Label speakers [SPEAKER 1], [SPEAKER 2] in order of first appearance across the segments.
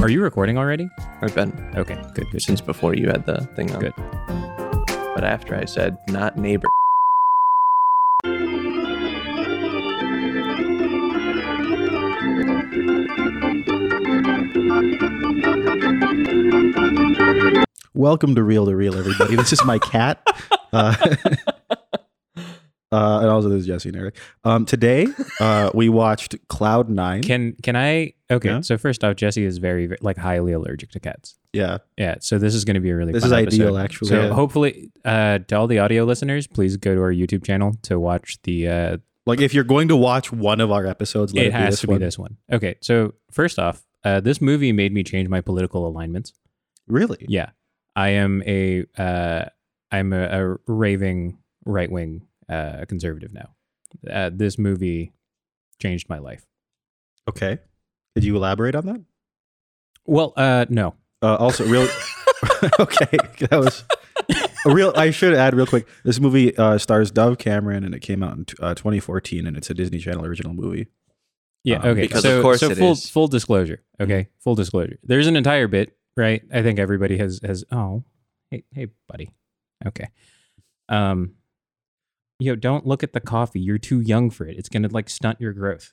[SPEAKER 1] Are you recording already?
[SPEAKER 2] I've been
[SPEAKER 1] Okay, good, good.
[SPEAKER 2] since before you had the thing on.
[SPEAKER 1] Good.
[SPEAKER 2] But after I said not neighbor.
[SPEAKER 3] Welcome to Reel to Reel, everybody. This is my cat. Uh, uh, and also, this is Jesse and Eric. Um, today, uh, we watched Cloud Nine.
[SPEAKER 1] Can can I? Okay,
[SPEAKER 3] Yeah.
[SPEAKER 1] so first off, Jesse is very ve- like highly allergic to cats.
[SPEAKER 3] yeah,
[SPEAKER 1] Yeah, so this is going to be a really
[SPEAKER 3] this
[SPEAKER 1] fun
[SPEAKER 3] is ideal,
[SPEAKER 1] episode.
[SPEAKER 3] actually.
[SPEAKER 1] So
[SPEAKER 3] Yeah.
[SPEAKER 1] hopefully, uh, to all the audio listeners, please go to our YouTube channel to watch the. Uh,
[SPEAKER 3] like, if you're going to watch one of our episodes, let it,
[SPEAKER 1] it has to
[SPEAKER 3] be this one.
[SPEAKER 1] be this one. Okay, so first off, uh, this movie made me change my political alignments.
[SPEAKER 3] Really?
[SPEAKER 1] Yeah, I am a uh, I'm a, a raving right wing uh, conservative now. Uh, this movie changed my life.
[SPEAKER 3] Okay. Did you elaborate on that?
[SPEAKER 1] Well, uh, no.
[SPEAKER 3] Uh, also, real. okay, that was a real. I should add real quick. This movie uh, stars Dove Cameron, and it came out in t- uh, 2014, and it's a Disney Channel original movie.
[SPEAKER 1] Yeah. okay.
[SPEAKER 3] Um,
[SPEAKER 2] Uh-huh. because
[SPEAKER 1] so,
[SPEAKER 2] of course
[SPEAKER 1] so
[SPEAKER 2] it
[SPEAKER 1] full
[SPEAKER 2] is. Mm-hmm.
[SPEAKER 1] full disclosure. Okay. Full disclosure. There's an entire bit, right? I think everybody has has. Oh, hey, hey, buddy. Okay. Um, yo, don't look at the coffee. You're too young for it. It's gonna like stunt your growth.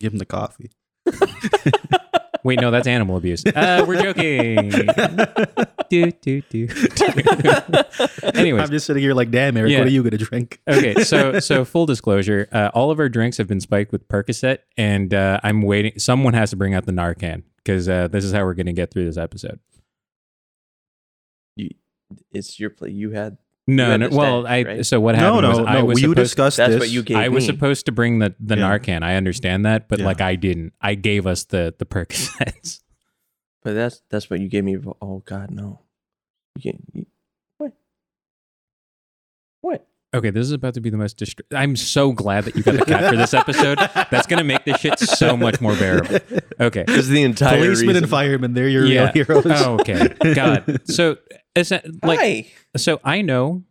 [SPEAKER 3] Give him the coffee.
[SPEAKER 1] Wait, no, that's animal abuse. Uh, we're joking. do do do. Anyways,
[SPEAKER 3] I'm just sitting here like, damn, Eric,
[SPEAKER 1] Yeah.
[SPEAKER 3] what are you gonna drink?
[SPEAKER 1] okay, so so full disclosure, uh, all of our drinks have been spiked with Percocet, and uh, I'm waiting. Someone has to bring out the Narcan because uh, this is how we're going to get through this episode.
[SPEAKER 2] It's your play. You had.
[SPEAKER 1] No,
[SPEAKER 2] had
[SPEAKER 1] no
[SPEAKER 2] this
[SPEAKER 1] well,
[SPEAKER 2] day,
[SPEAKER 1] I
[SPEAKER 2] right?
[SPEAKER 1] so what
[SPEAKER 3] no,
[SPEAKER 1] happened was
[SPEAKER 3] no,
[SPEAKER 1] I
[SPEAKER 3] no.
[SPEAKER 1] was
[SPEAKER 3] You
[SPEAKER 1] supposed,
[SPEAKER 3] discussed
[SPEAKER 2] That's
[SPEAKER 3] this.
[SPEAKER 2] what you gave
[SPEAKER 1] I was
[SPEAKER 2] me.
[SPEAKER 1] supposed to bring the the
[SPEAKER 3] Yeah.
[SPEAKER 1] Narcan. I understand that, but
[SPEAKER 3] Yeah.
[SPEAKER 1] like I didn't. I gave us the the Percocets.
[SPEAKER 2] But that's that's what you gave me. before- Oh God, no. You can't. You, what? What?
[SPEAKER 1] Okay, this is about to be the most. Dist- I'm so glad that you got the cat for this episode. That's gonna make this shit so much more bearable. Okay,
[SPEAKER 2] Because the entire
[SPEAKER 3] Policemen
[SPEAKER 2] reason.
[SPEAKER 3] and firemen, they're your
[SPEAKER 1] Yeah.
[SPEAKER 3] real heroes.
[SPEAKER 1] Oh, okay. God. So, is that, like,
[SPEAKER 2] Hi.
[SPEAKER 1] so I know,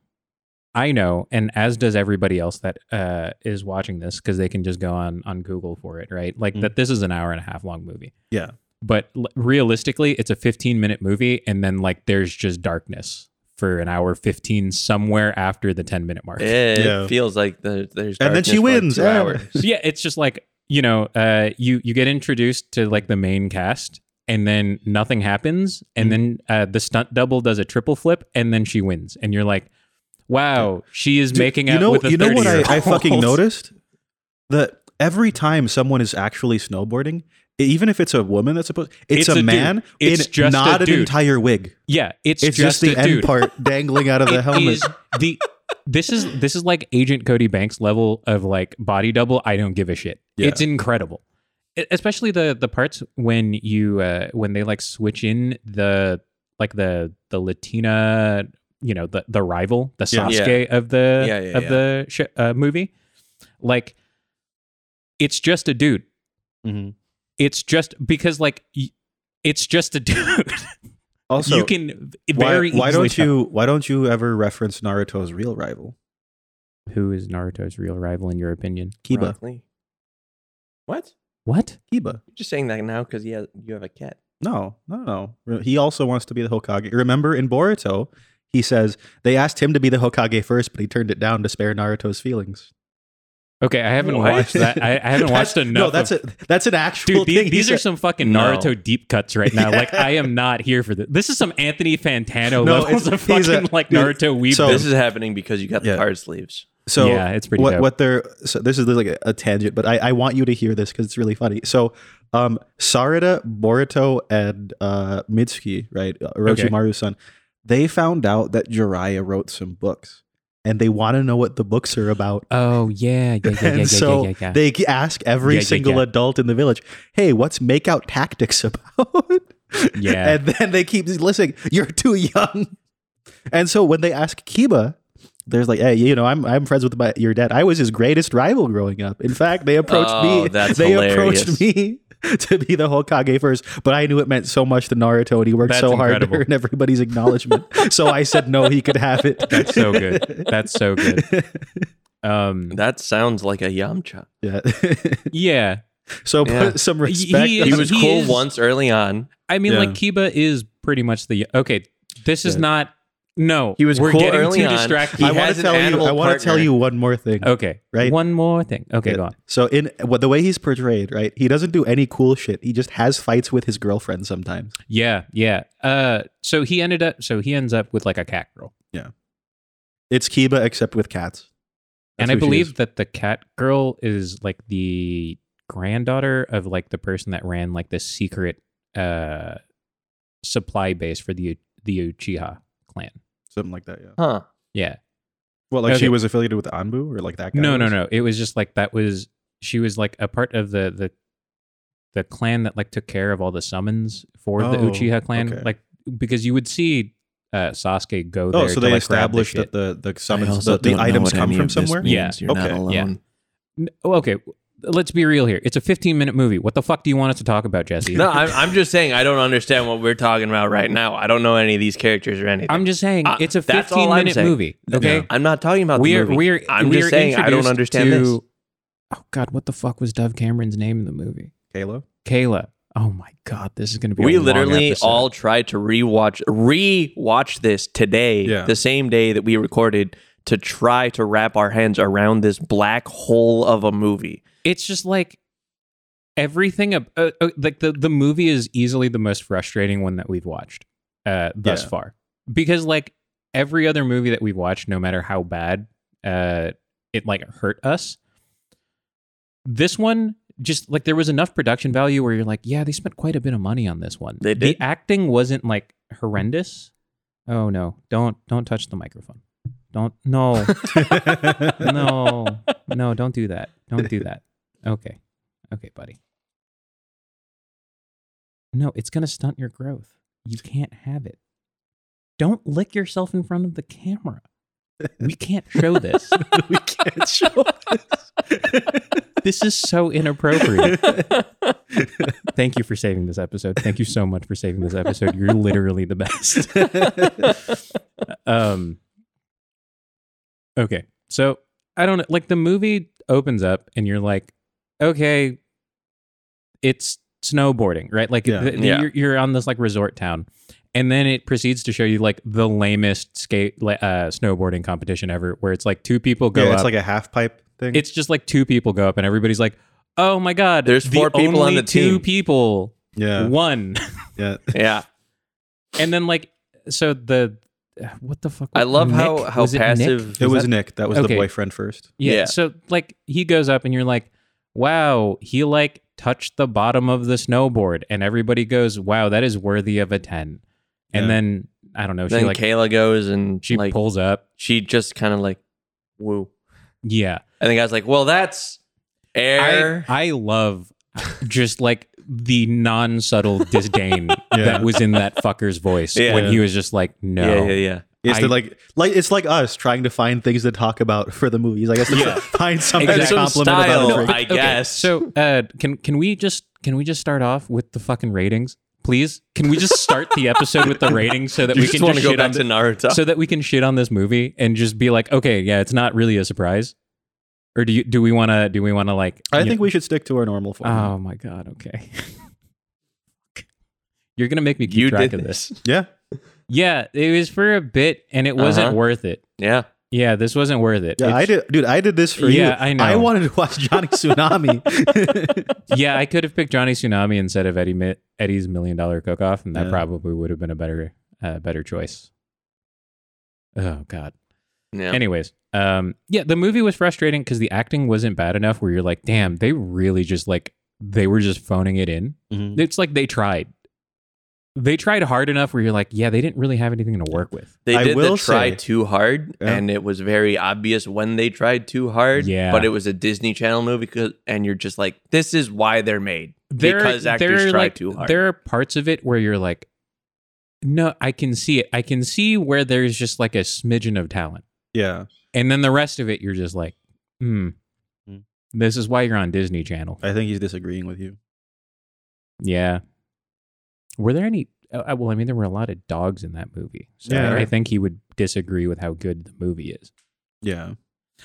[SPEAKER 1] I know, and as does everybody else that uh, is watching this because they can just go on on Google for it, right? Like
[SPEAKER 3] Mm.
[SPEAKER 1] that. This is an hour and a half long movie.
[SPEAKER 3] Yeah.
[SPEAKER 1] But l- realistically, it's a 15 minute movie, and then like there's just darkness for an hour 15 somewhere after the 10 minute mark.
[SPEAKER 2] It
[SPEAKER 3] Yeah.
[SPEAKER 2] feels like the, there's.
[SPEAKER 3] And then she
[SPEAKER 2] darkness
[SPEAKER 3] wins. Oh.
[SPEAKER 2] for, like, two
[SPEAKER 3] Yeah.
[SPEAKER 2] hours.
[SPEAKER 1] So, yeah, it's just like you know, uh, you you get introduced to like the main cast, and then nothing happens,
[SPEAKER 3] Hmm.
[SPEAKER 1] and then uh, the stunt double does a triple flip, and then she wins, and you're like, wow, she is
[SPEAKER 3] Dude,
[SPEAKER 1] making
[SPEAKER 3] you
[SPEAKER 1] out
[SPEAKER 3] know,
[SPEAKER 1] with a
[SPEAKER 3] you know what I, I
[SPEAKER 1] 30-year-old.
[SPEAKER 3] fucking noticed that every time someone is actually snowboarding, e, even if it's a woman that's supposed, it's,
[SPEAKER 1] It's a
[SPEAKER 3] a
[SPEAKER 1] dude.
[SPEAKER 3] man
[SPEAKER 1] It's
[SPEAKER 3] in
[SPEAKER 1] just
[SPEAKER 3] not
[SPEAKER 1] a
[SPEAKER 3] an
[SPEAKER 1] dude.
[SPEAKER 3] entire wig.
[SPEAKER 1] Yeah, it's,
[SPEAKER 3] It's, just, the
[SPEAKER 1] a
[SPEAKER 3] end
[SPEAKER 1] dude.
[SPEAKER 3] part dangling out of the
[SPEAKER 1] It
[SPEAKER 3] helmet.
[SPEAKER 1] is the this is this is like Agent Cody Banks level of like body double. I don't give a shit.
[SPEAKER 3] Yeah.
[SPEAKER 1] It's incredible, E- especially the the parts when you uh, when they like switch in the like the the Latina, you know, the the rival, the
[SPEAKER 3] Yeah.
[SPEAKER 2] Yeah.
[SPEAKER 1] Sasuke of the
[SPEAKER 2] Yeah, yeah,
[SPEAKER 1] of
[SPEAKER 2] yeah.
[SPEAKER 1] the sh- uh, movie. Like, it's just a dude.
[SPEAKER 3] Mhm.
[SPEAKER 1] It's just because like. Y- it's just a dude.
[SPEAKER 3] Also,
[SPEAKER 1] you can
[SPEAKER 3] why,
[SPEAKER 1] very
[SPEAKER 3] why
[SPEAKER 1] easily
[SPEAKER 3] don't
[SPEAKER 1] tell.
[SPEAKER 3] you why don't you ever reference Naruto's real rival,
[SPEAKER 1] Who is Naruto's real rival in your opinion?
[SPEAKER 3] Kiba?
[SPEAKER 2] Rock Lee. What?
[SPEAKER 1] What?
[SPEAKER 3] Kiba.
[SPEAKER 2] You're just saying that now because yeah, you have a cat.
[SPEAKER 3] No, no, no. He also wants to be the Hokage. Remember in Boruto, he says they asked him to be the Hokage first, but he turned it down to spare Naruto's feelings.
[SPEAKER 1] Okay, I haven't
[SPEAKER 2] What?
[SPEAKER 1] watched that. I, I haven't watched
[SPEAKER 3] That's-
[SPEAKER 1] enough.
[SPEAKER 3] No, that's
[SPEAKER 1] of,
[SPEAKER 3] a, that's an
[SPEAKER 1] dude.
[SPEAKER 3] actual thing.
[SPEAKER 1] These,
[SPEAKER 3] he
[SPEAKER 1] these are
[SPEAKER 3] said.
[SPEAKER 1] some fucking
[SPEAKER 3] No.
[SPEAKER 1] Naruto deep cuts right now. Like I am not here for this. This is some Anthony Fantano
[SPEAKER 3] No,
[SPEAKER 1] levels
[SPEAKER 3] it's-
[SPEAKER 1] of
[SPEAKER 3] he's a-
[SPEAKER 1] fucking like
[SPEAKER 3] dude,
[SPEAKER 1] Naruto weeb.
[SPEAKER 3] so-
[SPEAKER 2] This is happening because you got the
[SPEAKER 3] Oh. Yeah.
[SPEAKER 2] card sleeves.
[SPEAKER 3] so
[SPEAKER 1] yeah, it's pretty
[SPEAKER 3] what
[SPEAKER 1] dope.
[SPEAKER 3] what they're so this is like a, a tangent, but I, I want you to hear this because it's really funny. So, um, Sarada, Boruto, and uh, Mitsuki, right, uh, Orochimaru's son, they found out that Jiraiya wrote some books, and they want to know what the books are about.
[SPEAKER 1] oh yeah, yeah, yeah, yeah, yeah,
[SPEAKER 3] and so
[SPEAKER 1] yeah, yeah.
[SPEAKER 3] they ask every
[SPEAKER 1] Yeah, yeah,
[SPEAKER 3] single
[SPEAKER 1] yeah.
[SPEAKER 3] adult in the village, "Hey, what's makeout tactics about?"
[SPEAKER 1] Yeah.
[SPEAKER 3] and then they keep listening. You're too young. And so when they ask Kiba, there's like, "Hey, you know, I'm I'm friends with my, your dad. I was his greatest rival growing up. In fact, they approached
[SPEAKER 2] Oh,
[SPEAKER 3] me.
[SPEAKER 2] that's
[SPEAKER 3] they
[SPEAKER 2] hilarious.
[SPEAKER 3] approached me to be the Hokage first, but I knew it meant so much to Naruto, and he worked
[SPEAKER 1] That's
[SPEAKER 3] so hard to
[SPEAKER 1] incredible.
[SPEAKER 3] earn everybody's acknowledgement. so I said no, he could have it.
[SPEAKER 1] That's so good. That's so good. Um,
[SPEAKER 2] That sounds like a Yamcha.
[SPEAKER 3] yeah.
[SPEAKER 1] yeah,
[SPEAKER 3] so put
[SPEAKER 2] Yeah.
[SPEAKER 3] some respect.
[SPEAKER 1] He
[SPEAKER 2] He
[SPEAKER 1] is-
[SPEAKER 3] on-
[SPEAKER 2] was
[SPEAKER 1] he
[SPEAKER 2] cool
[SPEAKER 1] is-
[SPEAKER 2] once early on.
[SPEAKER 1] I mean,
[SPEAKER 3] Yeah.
[SPEAKER 1] like Kiba is pretty much the okay. This is
[SPEAKER 3] Yeah.
[SPEAKER 1] not. No,
[SPEAKER 2] He was
[SPEAKER 1] We're
[SPEAKER 2] cool
[SPEAKER 1] getting
[SPEAKER 2] early
[SPEAKER 1] too
[SPEAKER 2] on.
[SPEAKER 1] distracted.
[SPEAKER 2] He
[SPEAKER 3] I want
[SPEAKER 2] has
[SPEAKER 3] to
[SPEAKER 2] an
[SPEAKER 3] tell you.
[SPEAKER 2] animal
[SPEAKER 3] I want to tell
[SPEAKER 2] partner.
[SPEAKER 3] you one more thing.
[SPEAKER 1] okay,
[SPEAKER 3] Right.
[SPEAKER 1] One more thing. Okay,
[SPEAKER 3] Yeah.
[SPEAKER 1] go on.
[SPEAKER 3] So in what the way he's portrayed, right? He doesn't do any cool shit. He just has fights with his girlfriend sometimes.
[SPEAKER 1] Yeah, yeah. Uh, so he ended up. So he ends up with like a cat girl,
[SPEAKER 3] It's Kiba except with cats.
[SPEAKER 1] and
[SPEAKER 3] That's
[SPEAKER 1] I
[SPEAKER 3] who she
[SPEAKER 1] believe
[SPEAKER 3] is.
[SPEAKER 1] that the cat girl is like the granddaughter of like the person that ran like the secret uh supply base for the the Uchiha clan.
[SPEAKER 3] something like that. Yeah.
[SPEAKER 2] Huh.
[SPEAKER 1] Yeah.
[SPEAKER 3] Well, like
[SPEAKER 1] Okay.
[SPEAKER 3] she was affiliated with Anbu or like that guy.
[SPEAKER 1] No, no,
[SPEAKER 3] was?
[SPEAKER 1] no. It was just like that was she was like a part of the the the clan that like took care of all the summons for the
[SPEAKER 3] Oh,
[SPEAKER 1] Uchiha clan.
[SPEAKER 3] okay.
[SPEAKER 1] Like because you would see uh Sasuke go there.
[SPEAKER 3] Oh, so
[SPEAKER 1] to,
[SPEAKER 3] they
[SPEAKER 1] like, grab the
[SPEAKER 3] established
[SPEAKER 1] shit.
[SPEAKER 3] that the the
[SPEAKER 2] I
[SPEAKER 3] summons
[SPEAKER 2] also
[SPEAKER 3] the, the
[SPEAKER 2] don't know
[SPEAKER 3] items
[SPEAKER 2] what
[SPEAKER 3] come
[SPEAKER 2] any
[SPEAKER 3] from
[SPEAKER 2] of this
[SPEAKER 3] somewhere.
[SPEAKER 1] means. Yeah.
[SPEAKER 2] You're not
[SPEAKER 3] Okay.
[SPEAKER 2] alone.
[SPEAKER 1] Yeah. N- oh, okay. Let's be real here. It's a 15 minute movie. What the fuck do you want us to talk about, Jesse?
[SPEAKER 2] No, I'm, I'm just saying I don't understand what we're talking about right now. I don't know any of these characters or anything.
[SPEAKER 1] I'm just saying
[SPEAKER 2] Uh,
[SPEAKER 1] it's a
[SPEAKER 2] that's all
[SPEAKER 1] 15
[SPEAKER 2] I'm
[SPEAKER 1] minute
[SPEAKER 2] saying.
[SPEAKER 1] movie. Okay.
[SPEAKER 2] I'm not talking about
[SPEAKER 1] We're,
[SPEAKER 2] the movie.
[SPEAKER 1] we're,
[SPEAKER 2] I'm
[SPEAKER 1] we're
[SPEAKER 2] just saying I don't
[SPEAKER 1] introduced
[SPEAKER 2] understand
[SPEAKER 1] to,
[SPEAKER 2] this.
[SPEAKER 1] Oh, God. What the fuck was Dove Cameron's name in the movie?
[SPEAKER 3] Kalo.
[SPEAKER 1] Kayla. Oh, my God. This is going to be a
[SPEAKER 2] We
[SPEAKER 1] long
[SPEAKER 2] literally
[SPEAKER 1] episode.
[SPEAKER 2] all tried to rewatch rewatch this today,
[SPEAKER 3] Yeah.
[SPEAKER 2] the same day that we recorded to try to wrap our hands around this black hole of a movie.
[SPEAKER 1] it's just like everything ab- uh, uh, like the the movie is easily the most frustrating one that we've watched uh thus
[SPEAKER 3] Yeah.
[SPEAKER 1] far because like every other movie that we've watched no matter how bad uh it like hurt us this one just like there was enough production value where you're like yeah they spent quite a bit of money on this one
[SPEAKER 2] They did.
[SPEAKER 1] the acting wasn't like horrendous oh no don't don't touch the microphone don't no no, no, don't do that. Don't do that. Okay. Okay, buddy. No, it's going to stunt your growth. You can't have it. Don't lick yourself in front of the camera. We can't show this.
[SPEAKER 3] we can't show.
[SPEAKER 1] this is so inappropriate. Thank you for saving this episode. Thank you so much for saving this episode. You're literally the best. um okay so i don't know like the movie opens up and you're like okay it's snowboarding right like
[SPEAKER 3] Yeah.
[SPEAKER 1] th- th-
[SPEAKER 2] Yeah.
[SPEAKER 1] You're, you're on this like resort town and then it proceeds to show you like the lamest skate la- uh, snowboarding competition ever where it's like two people go
[SPEAKER 3] yeah,
[SPEAKER 1] up
[SPEAKER 3] it's like a half pipe thing.
[SPEAKER 1] it's just like two people go up and everybody's like oh my god
[SPEAKER 2] There's
[SPEAKER 1] the
[SPEAKER 2] four people on
[SPEAKER 1] only
[SPEAKER 2] the
[SPEAKER 1] two
[SPEAKER 2] team."
[SPEAKER 1] people
[SPEAKER 3] yeah,
[SPEAKER 1] won
[SPEAKER 3] yeah.
[SPEAKER 2] Yeah.
[SPEAKER 1] and then like so the what the fuck
[SPEAKER 2] I love how
[SPEAKER 1] Nick?
[SPEAKER 2] how
[SPEAKER 1] Was it Nick?
[SPEAKER 2] passive
[SPEAKER 3] It was
[SPEAKER 1] that-
[SPEAKER 3] Nick. That was
[SPEAKER 1] Okay.
[SPEAKER 3] the boyfriend first.
[SPEAKER 1] Yeah.
[SPEAKER 2] Yeah.
[SPEAKER 1] So like he goes up and you're like, wow, he like touched the bottom of the snowboard, and everybody goes, wow, that is worthy of a ten. And
[SPEAKER 3] Yeah.
[SPEAKER 1] then I don't know, she
[SPEAKER 2] then
[SPEAKER 1] like
[SPEAKER 2] Kayla goes and
[SPEAKER 1] she
[SPEAKER 2] like
[SPEAKER 1] pulls up.
[SPEAKER 2] she just kind of like woo.
[SPEAKER 1] Yeah.
[SPEAKER 2] And the guy's like, "Well, that's
[SPEAKER 1] I
[SPEAKER 2] air."
[SPEAKER 1] I love just like the non subtle disdain
[SPEAKER 3] Yeah.
[SPEAKER 1] that was in that fucker's voice
[SPEAKER 2] Yeah.
[SPEAKER 1] when he was just like, no.
[SPEAKER 2] Yeah, yeah, yeah.
[SPEAKER 3] It's
[SPEAKER 1] I-
[SPEAKER 3] the, like like it's like us trying to find things to talk about for the movies. I guess
[SPEAKER 2] Yeah.
[SPEAKER 3] find something
[SPEAKER 1] Exactly.
[SPEAKER 3] to
[SPEAKER 1] Some
[SPEAKER 3] compliment
[SPEAKER 2] style,
[SPEAKER 3] about. a freak.
[SPEAKER 2] I guess.
[SPEAKER 1] So uh, can can we just can we just start off with the fucking ratings, please? Can we just start the episode with the ratings so that
[SPEAKER 2] You
[SPEAKER 1] we
[SPEAKER 2] just
[SPEAKER 1] can
[SPEAKER 2] want to
[SPEAKER 1] just
[SPEAKER 2] go
[SPEAKER 1] shit on
[SPEAKER 2] back to Naruto.
[SPEAKER 1] so that we can shit on this movie and just be like, okay, yeah, it's not really a surprise. Or do you do we want to do we want to like?
[SPEAKER 3] I
[SPEAKER 1] you-
[SPEAKER 3] think we should stick to our normal form.
[SPEAKER 1] Oh my god. Okay. You're gonna make me keep
[SPEAKER 2] you
[SPEAKER 1] track
[SPEAKER 2] did
[SPEAKER 1] of this.
[SPEAKER 2] this.
[SPEAKER 3] yeah,
[SPEAKER 1] Yeah, it was for a bit, and it wasn't
[SPEAKER 2] Uh-huh.
[SPEAKER 1] worth it.
[SPEAKER 2] Yeah.
[SPEAKER 1] Yeah, this wasn't worth it.
[SPEAKER 3] yeah. I
[SPEAKER 1] It's-
[SPEAKER 3] did, dude. I did this for you.
[SPEAKER 1] Yeah, I know.
[SPEAKER 3] I wanted to watch Johnny Tsunami.
[SPEAKER 1] yeah, I could have picked Johnny Tsunami instead of Eddie Mi- Eddie's Million Dollar Cook Off, and that
[SPEAKER 3] Yeah.
[SPEAKER 1] probably would have been a better uh, better choice. Oh God.
[SPEAKER 2] Yeah.
[SPEAKER 1] Anyways, um, yeah, the movie was frustrating because the acting wasn't bad enough. Where you're like, damn, they really just like they were just phoning it in.
[SPEAKER 2] Mm-hmm.
[SPEAKER 3] Mhm.
[SPEAKER 1] It's like they tried. They tried hard enough where you're like, yeah, they didn't really have anything to work with.
[SPEAKER 2] They
[SPEAKER 3] I
[SPEAKER 2] did
[SPEAKER 3] will
[SPEAKER 2] the try
[SPEAKER 3] say-
[SPEAKER 2] too hard,
[SPEAKER 3] Yeah.
[SPEAKER 2] and it was very obvious when they tried too hard.
[SPEAKER 1] Yeah.
[SPEAKER 2] but it was a Disney Channel movie, 'cause- and you're just like, this is why they're made because actors
[SPEAKER 1] are,
[SPEAKER 2] try
[SPEAKER 1] like,
[SPEAKER 2] too hard.
[SPEAKER 1] There are parts of it where you're like, no, I can see it. I can see where there's just like a smidgen of talent,
[SPEAKER 3] Yeah,
[SPEAKER 1] and then the rest of it, you're just like, hmm,
[SPEAKER 3] Hmm.
[SPEAKER 2] Mm.
[SPEAKER 1] this is why you're on Disney Channel.
[SPEAKER 3] I think he's disagreeing with you.
[SPEAKER 1] Yeah. Were there any? Uh, well, I mean, there were a lot of dogs in that movie, so
[SPEAKER 3] Yeah.
[SPEAKER 1] I, I think he would disagree with how good the movie is.
[SPEAKER 3] Yeah.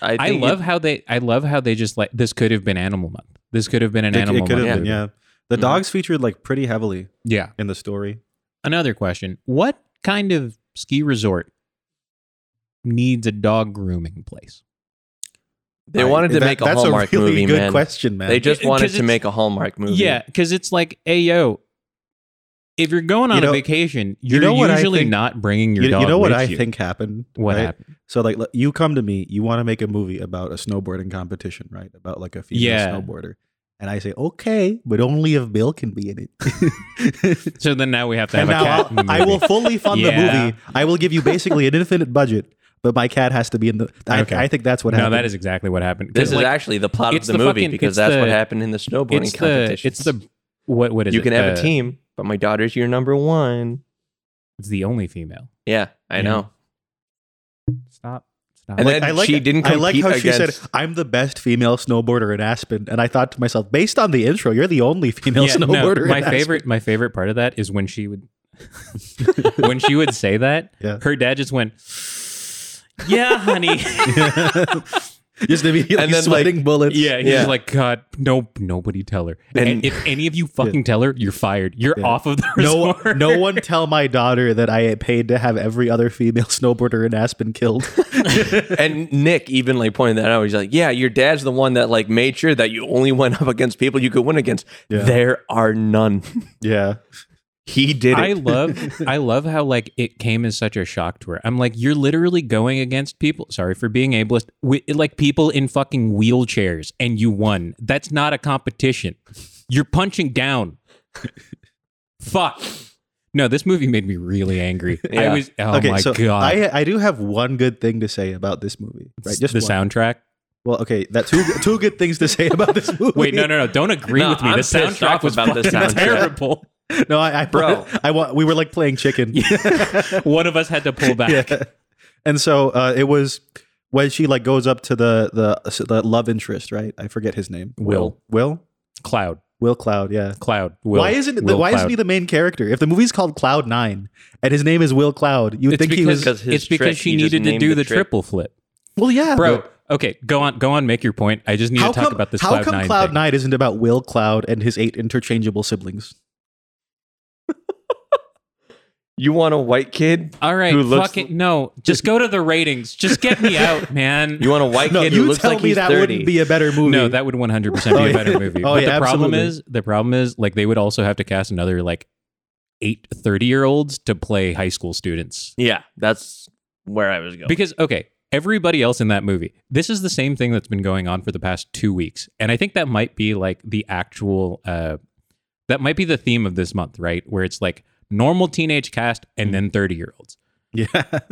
[SPEAKER 1] I,
[SPEAKER 2] think it-
[SPEAKER 1] love how they. I love how they just like this could have been Animal Month. This could have been an
[SPEAKER 3] It-
[SPEAKER 1] Animal Mm-hmm.
[SPEAKER 3] it could
[SPEAKER 1] Month.
[SPEAKER 3] have been,
[SPEAKER 1] movie.
[SPEAKER 3] yeah. The
[SPEAKER 2] Mhm.
[SPEAKER 3] dogs featured like pretty heavily
[SPEAKER 1] Yeah.
[SPEAKER 3] in the story.
[SPEAKER 1] Another question: What kind of ski resort needs a dog grooming place?
[SPEAKER 2] they
[SPEAKER 3] Right.
[SPEAKER 2] wanted to
[SPEAKER 3] That-
[SPEAKER 2] make a
[SPEAKER 3] that's
[SPEAKER 2] Hallmark
[SPEAKER 3] a really
[SPEAKER 2] movie,
[SPEAKER 3] good
[SPEAKER 2] man.
[SPEAKER 3] question, man.
[SPEAKER 2] They just
[SPEAKER 1] Yeah,
[SPEAKER 2] wanted
[SPEAKER 1] 'cause
[SPEAKER 2] to
[SPEAKER 1] it's-
[SPEAKER 2] make a Hallmark movie.
[SPEAKER 1] Yeah, because it's like, hey yo, if you're going on
[SPEAKER 3] You know-
[SPEAKER 1] a vacation, you're
[SPEAKER 3] know what I
[SPEAKER 1] usually
[SPEAKER 3] think-
[SPEAKER 1] not bringing
[SPEAKER 3] you,
[SPEAKER 1] your
[SPEAKER 3] you
[SPEAKER 1] dog.
[SPEAKER 3] know what
[SPEAKER 1] with
[SPEAKER 3] I
[SPEAKER 1] you.
[SPEAKER 3] think happened.
[SPEAKER 1] What
[SPEAKER 3] right?
[SPEAKER 1] happened?
[SPEAKER 3] So like l- you come to me, you want to make a movie about a snowboarding competition, right? About like a female
[SPEAKER 1] Yeah.
[SPEAKER 3] snowboarder. And I say, okay, but only if Bill can be in it.
[SPEAKER 1] So then now we have to have
[SPEAKER 3] and
[SPEAKER 1] a
[SPEAKER 3] now
[SPEAKER 1] cat. in the
[SPEAKER 3] I'll- I
[SPEAKER 1] movie.
[SPEAKER 3] will fully fund
[SPEAKER 1] Yeah.
[SPEAKER 3] the movie. I will give you basically an infinite budget, but my cat has to be in the. I,
[SPEAKER 1] Okay.
[SPEAKER 3] I think that's what
[SPEAKER 1] no,
[SPEAKER 3] happened.
[SPEAKER 1] that is exactly what happened. 'Cause,
[SPEAKER 2] This is
[SPEAKER 1] like,
[SPEAKER 2] actually the plot of
[SPEAKER 1] it's
[SPEAKER 2] the,
[SPEAKER 1] the
[SPEAKER 2] movie
[SPEAKER 1] fucking-
[SPEAKER 2] because
[SPEAKER 1] it's
[SPEAKER 2] that's what
[SPEAKER 1] the-
[SPEAKER 2] happened in the snowboarding
[SPEAKER 1] it's the
[SPEAKER 2] competition.
[SPEAKER 1] it's the uh, what what is
[SPEAKER 2] you
[SPEAKER 1] it?
[SPEAKER 2] can have
[SPEAKER 1] The-
[SPEAKER 2] a team, but my daughter's your number one.
[SPEAKER 1] It's the only female.
[SPEAKER 2] Yeah, I
[SPEAKER 1] Yeah.
[SPEAKER 2] know.
[SPEAKER 1] Stop. Stop.
[SPEAKER 2] And then she didn't
[SPEAKER 3] I like
[SPEAKER 2] compete
[SPEAKER 3] how she said,
[SPEAKER 2] against-
[SPEAKER 3] "I'm the best female snowboarder in Aspen," and I thought to myself, based on the intro, you're the only female
[SPEAKER 1] Yeah, no,
[SPEAKER 3] snowboarder. in
[SPEAKER 1] my
[SPEAKER 3] Aspen.
[SPEAKER 1] favorite my favorite part of that is when she would when she would say that,
[SPEAKER 3] Yeah.
[SPEAKER 1] her dad just went, Yeah, honey.
[SPEAKER 3] just immediately
[SPEAKER 2] And then, like-
[SPEAKER 3] sweating bullets.
[SPEAKER 1] Yeah, he's
[SPEAKER 2] Yeah.
[SPEAKER 1] like, God, nope, nobody tell her.
[SPEAKER 2] And-
[SPEAKER 1] And, if any of you fucking tell her, you're fired. You're
[SPEAKER 3] Yeah.
[SPEAKER 1] off of the
[SPEAKER 3] No,
[SPEAKER 1] resort.
[SPEAKER 3] no one tell my daughter that I paid to have every other female snowboarder in Aspen killed.
[SPEAKER 2] and Nick even like pointed that out. He's like, "Yeah, your dad's the one that like made sure that you only went up against people you could win against.
[SPEAKER 3] Yeah.
[SPEAKER 2] There are none.
[SPEAKER 3] yeah,
[SPEAKER 2] he did
[SPEAKER 1] I
[SPEAKER 2] it.
[SPEAKER 1] love I love how like it came as such a shock to her. I'm like, you're literally going against people. Sorry for being ableist. Wi- like people in fucking wheelchairs, and you won. That's not a competition. You're punching down. Fuck. No, this movie made me really angry.
[SPEAKER 2] Yeah.
[SPEAKER 1] I was oh
[SPEAKER 3] okay,
[SPEAKER 1] my
[SPEAKER 3] so
[SPEAKER 1] god.
[SPEAKER 3] I I do have one good thing to say about this movie, right? Just
[SPEAKER 1] the
[SPEAKER 3] one.
[SPEAKER 1] soundtrack.
[SPEAKER 3] Well, okay, that two two good things to say about this movie.
[SPEAKER 1] Wait, no, no, no! Don't agree
[SPEAKER 2] No,
[SPEAKER 1] with me. the
[SPEAKER 2] I'm pissed off
[SPEAKER 1] soundtrack was
[SPEAKER 2] about the
[SPEAKER 1] fucking
[SPEAKER 2] soundtrack.
[SPEAKER 1] terrible.
[SPEAKER 3] no, I, I
[SPEAKER 2] Bro.
[SPEAKER 3] I want we were like playing chicken.
[SPEAKER 1] One of us had to pull back.
[SPEAKER 3] Yeah. And so uh, it was when she like goes up to the the the love interest, right? I forget his name.
[SPEAKER 1] Will.
[SPEAKER 3] Will.
[SPEAKER 1] Cloud,
[SPEAKER 3] Will Cloud. Yeah.
[SPEAKER 1] Cloud. Will,
[SPEAKER 3] why isn't
[SPEAKER 1] Will
[SPEAKER 3] the, why
[SPEAKER 1] Cloud.
[SPEAKER 3] isn't he the main character? If the movie's called Cloud Nine and his name is Will Cloud, you would
[SPEAKER 1] It's
[SPEAKER 3] think he
[SPEAKER 1] because
[SPEAKER 3] was.
[SPEAKER 2] 'Cause his
[SPEAKER 1] it's because
[SPEAKER 2] trick,
[SPEAKER 1] she
[SPEAKER 2] he just
[SPEAKER 1] needed to
[SPEAKER 2] named
[SPEAKER 1] do
[SPEAKER 2] the
[SPEAKER 1] the,
[SPEAKER 2] trick.
[SPEAKER 1] triple flip,
[SPEAKER 3] Well, yeah,
[SPEAKER 1] bro.
[SPEAKER 3] but
[SPEAKER 1] Okay, go on, go on, make your point. I just need
[SPEAKER 3] How
[SPEAKER 1] to talk
[SPEAKER 3] come,
[SPEAKER 1] about this.
[SPEAKER 3] how
[SPEAKER 1] Cloud
[SPEAKER 3] come
[SPEAKER 1] Nine
[SPEAKER 3] Cloud
[SPEAKER 1] thing.
[SPEAKER 3] Nine isn't about Will Cloud and his eight interchangeable siblings?
[SPEAKER 2] You want a white kid?
[SPEAKER 1] All right,
[SPEAKER 2] Who looks-
[SPEAKER 1] fuck it. No, just go to the ratings. Just get me out, man.
[SPEAKER 2] You want a white
[SPEAKER 3] No,
[SPEAKER 2] kid who
[SPEAKER 3] you
[SPEAKER 2] looks
[SPEAKER 3] tell
[SPEAKER 2] like
[SPEAKER 3] me
[SPEAKER 2] he's
[SPEAKER 3] that
[SPEAKER 2] 30?
[SPEAKER 3] wouldn't be a better movie.
[SPEAKER 1] no, that would 100 percent
[SPEAKER 3] Oh,
[SPEAKER 1] be
[SPEAKER 3] yeah.
[SPEAKER 1] a better movie.
[SPEAKER 3] Oh,
[SPEAKER 1] but
[SPEAKER 3] yeah,
[SPEAKER 1] the problem
[SPEAKER 3] absolutely.
[SPEAKER 1] is, the problem is, like they would also have to cast another like eight 30 year olds to play high school students.
[SPEAKER 2] Yeah, that's where I was going.
[SPEAKER 1] Because okay, everybody else in that movie, this is the same thing that's been going on for the past two weeks, and I think that might be like the actual, uh, that might be the theme of this month, right? Where it's like normal teenage cast
[SPEAKER 2] Mm-hmm.
[SPEAKER 1] and then thirty year olds,
[SPEAKER 3] yeah.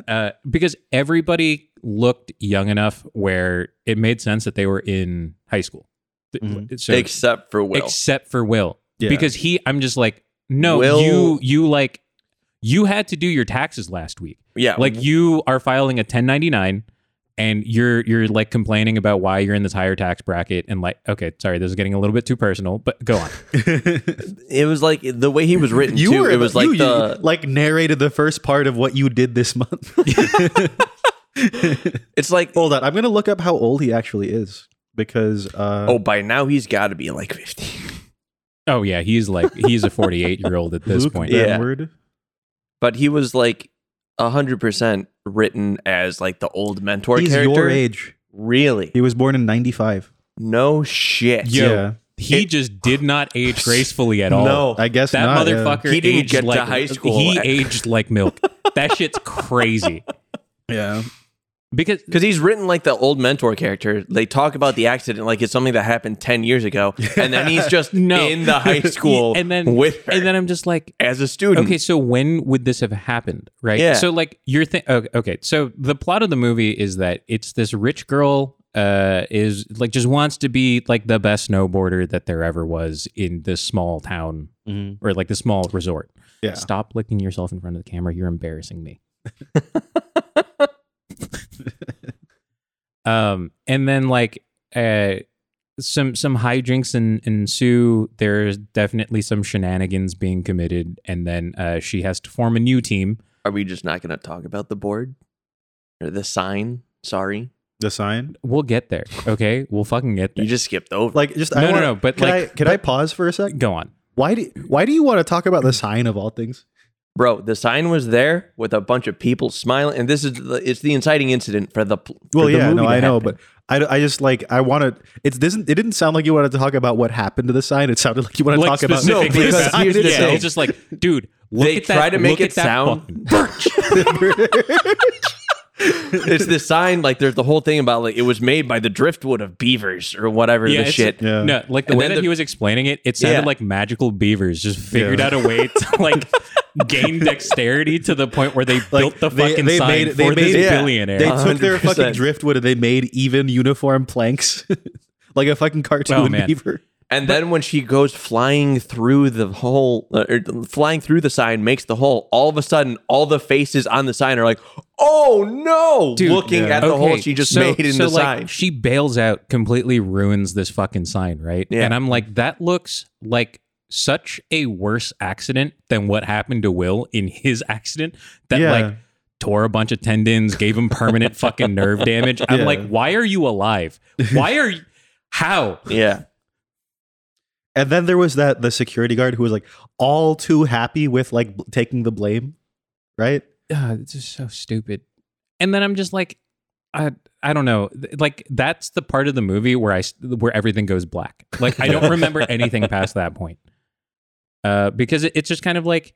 [SPEAKER 1] uh, because everybody looked young enough where it made sense that they were in high school. Th-
[SPEAKER 3] Mhm.
[SPEAKER 1] So,
[SPEAKER 2] Except for Mm-hmm. Will.
[SPEAKER 1] except for Will,
[SPEAKER 3] Yeah.
[SPEAKER 1] because he, I'm just like, no,
[SPEAKER 2] Will-
[SPEAKER 1] you, you like, you had to do your taxes last week
[SPEAKER 2] yeah,
[SPEAKER 1] like you are filing a 1099 and you're you're like complaining about why you're in this higher tax bracket and like okay sorry this is getting a little bit too personal but go on
[SPEAKER 2] it was like the way he was written
[SPEAKER 3] You
[SPEAKER 2] too.
[SPEAKER 3] were
[SPEAKER 2] it was like
[SPEAKER 3] you- you,
[SPEAKER 2] the
[SPEAKER 3] like narrated the first part of what you did this month.
[SPEAKER 2] it's like
[SPEAKER 3] Hold on, I'm gonna look up how old he actually is because uh,
[SPEAKER 2] oh by now he's got to be like 50.
[SPEAKER 1] oh yeah he's like he's a 48 year old at this
[SPEAKER 3] Luke
[SPEAKER 1] point
[SPEAKER 2] Yeah.
[SPEAKER 3] Benward.
[SPEAKER 2] But he was like 100% written as like the old mentor
[SPEAKER 3] he's
[SPEAKER 2] character.
[SPEAKER 3] your age.
[SPEAKER 2] Really?
[SPEAKER 3] He was born in '95.
[SPEAKER 2] No shit.
[SPEAKER 1] Yo,
[SPEAKER 3] Yeah.
[SPEAKER 1] he
[SPEAKER 2] It-
[SPEAKER 1] just did not age gracefully at all
[SPEAKER 2] No.
[SPEAKER 3] I guess
[SPEAKER 1] that
[SPEAKER 3] not, yeah.
[SPEAKER 1] motherfucker
[SPEAKER 2] He didn't
[SPEAKER 1] aged
[SPEAKER 2] get to
[SPEAKER 1] like
[SPEAKER 2] high school.
[SPEAKER 1] he aged like milk that shit's crazy
[SPEAKER 3] Yeah,
[SPEAKER 1] because
[SPEAKER 2] Because he's written like the old mentor character. They talk about the accident like it's something that happened 10 years ago. And then he's just
[SPEAKER 1] No.
[SPEAKER 2] in the high school
[SPEAKER 1] and then
[SPEAKER 2] with her
[SPEAKER 1] and then i'm just like
[SPEAKER 2] as a student.
[SPEAKER 1] Okay, so when would this have happened? Right.
[SPEAKER 2] Yeah.
[SPEAKER 1] So like you're thi- okay, okay. So the plot of the movie is that it's this rich girl uh is like just wants to be like the best snowboarder that there ever was in this small town or like the small resort.
[SPEAKER 3] yeah.
[SPEAKER 1] Stop licking yourself in front of the camera. You're embarrassing me. um, and then like uh, some some hijinks en- ensue. There's definitely some shenanigans being committed, and then uh, she has to form a new team.
[SPEAKER 2] Are we just not going to talk about the board or the sign? Sorry,
[SPEAKER 3] The sign.
[SPEAKER 1] We'll get there. Okay, we'll fucking get
[SPEAKER 2] you
[SPEAKER 1] there.
[SPEAKER 2] just skipped over.
[SPEAKER 3] Like just I
[SPEAKER 1] No, no,
[SPEAKER 3] wanna-
[SPEAKER 1] no, but
[SPEAKER 3] can
[SPEAKER 1] like-
[SPEAKER 3] I can I pause for a sec?
[SPEAKER 1] Go on.
[SPEAKER 3] Why do why do you want to talk about the sign of all things?
[SPEAKER 2] Bro, the sign was there with a bunch of people smiling, and this is the, it's the inciting incident for the pl- for
[SPEAKER 3] Well,
[SPEAKER 2] the
[SPEAKER 3] yeah,
[SPEAKER 2] movie
[SPEAKER 3] no,
[SPEAKER 2] to
[SPEAKER 3] I know,
[SPEAKER 2] happen.
[SPEAKER 3] but I, I just like I want to. It doesn't. It didn't sound like you wanted to talk about what happened to the sign. It sounded like you want to talk about
[SPEAKER 2] specific- No, because
[SPEAKER 1] about-
[SPEAKER 2] here's the
[SPEAKER 1] yeah,
[SPEAKER 2] thing.
[SPEAKER 1] it's just like, dude, look
[SPEAKER 2] they
[SPEAKER 1] at that,
[SPEAKER 2] try to make
[SPEAKER 1] look
[SPEAKER 2] it
[SPEAKER 1] at that fucking-
[SPEAKER 2] sound birch. it's the sign like there's the whole thing about like it was made by the driftwood of beavers or whatever
[SPEAKER 1] Yeah,
[SPEAKER 2] the
[SPEAKER 1] it's-
[SPEAKER 2] shit.
[SPEAKER 3] Yeah.
[SPEAKER 1] No, like the
[SPEAKER 2] And
[SPEAKER 1] way
[SPEAKER 2] then
[SPEAKER 1] that
[SPEAKER 2] the-
[SPEAKER 1] he was explaining it, it sounded
[SPEAKER 2] Yeah.
[SPEAKER 1] like magical beavers just figured out a way to like gain dexterity to the point where they built the
[SPEAKER 3] they-
[SPEAKER 1] fucking
[SPEAKER 3] they
[SPEAKER 1] sign
[SPEAKER 3] made- they
[SPEAKER 1] for this
[SPEAKER 3] made-
[SPEAKER 2] yeah.
[SPEAKER 1] billionaire.
[SPEAKER 3] They
[SPEAKER 2] A
[SPEAKER 3] took their fucking
[SPEAKER 2] hundred percent.
[SPEAKER 3] driftwood and they made even uniform planks, like a fucking cartoon
[SPEAKER 1] Oh, man.
[SPEAKER 3] beaver.
[SPEAKER 2] And then when she goes flying through the hole, uh, or flying through the sign, makes the hole. All of a sudden, all the faces on the sign are like, "Oh no!"
[SPEAKER 1] Dude,
[SPEAKER 2] Looking
[SPEAKER 3] yeah.
[SPEAKER 2] at the hole she just
[SPEAKER 1] so-
[SPEAKER 2] made in
[SPEAKER 1] so,
[SPEAKER 2] the
[SPEAKER 1] like,
[SPEAKER 2] sign.
[SPEAKER 1] She bails out, completely ruins this fucking sign, right?
[SPEAKER 2] Yeah.
[SPEAKER 1] And I'm like, that looks like such a worse accident than what happened to Will in his accident that
[SPEAKER 3] Yeah.
[SPEAKER 1] like tore a bunch of tendons, gave him permanent fucking nerve damage. I'm
[SPEAKER 3] Yeah.
[SPEAKER 1] like, why are you alive? Why are you how?
[SPEAKER 2] Yeah,
[SPEAKER 3] And then there was that the security guard who was like all too happy with like bl- taking the blame, right?
[SPEAKER 1] uh, it's just so stupid. And then I'm just like, I I don't know. Th- Like that's the part of the movie where I s- where everything goes black. Like I don't remember anything past that point. Uh, because it, it's just kind of like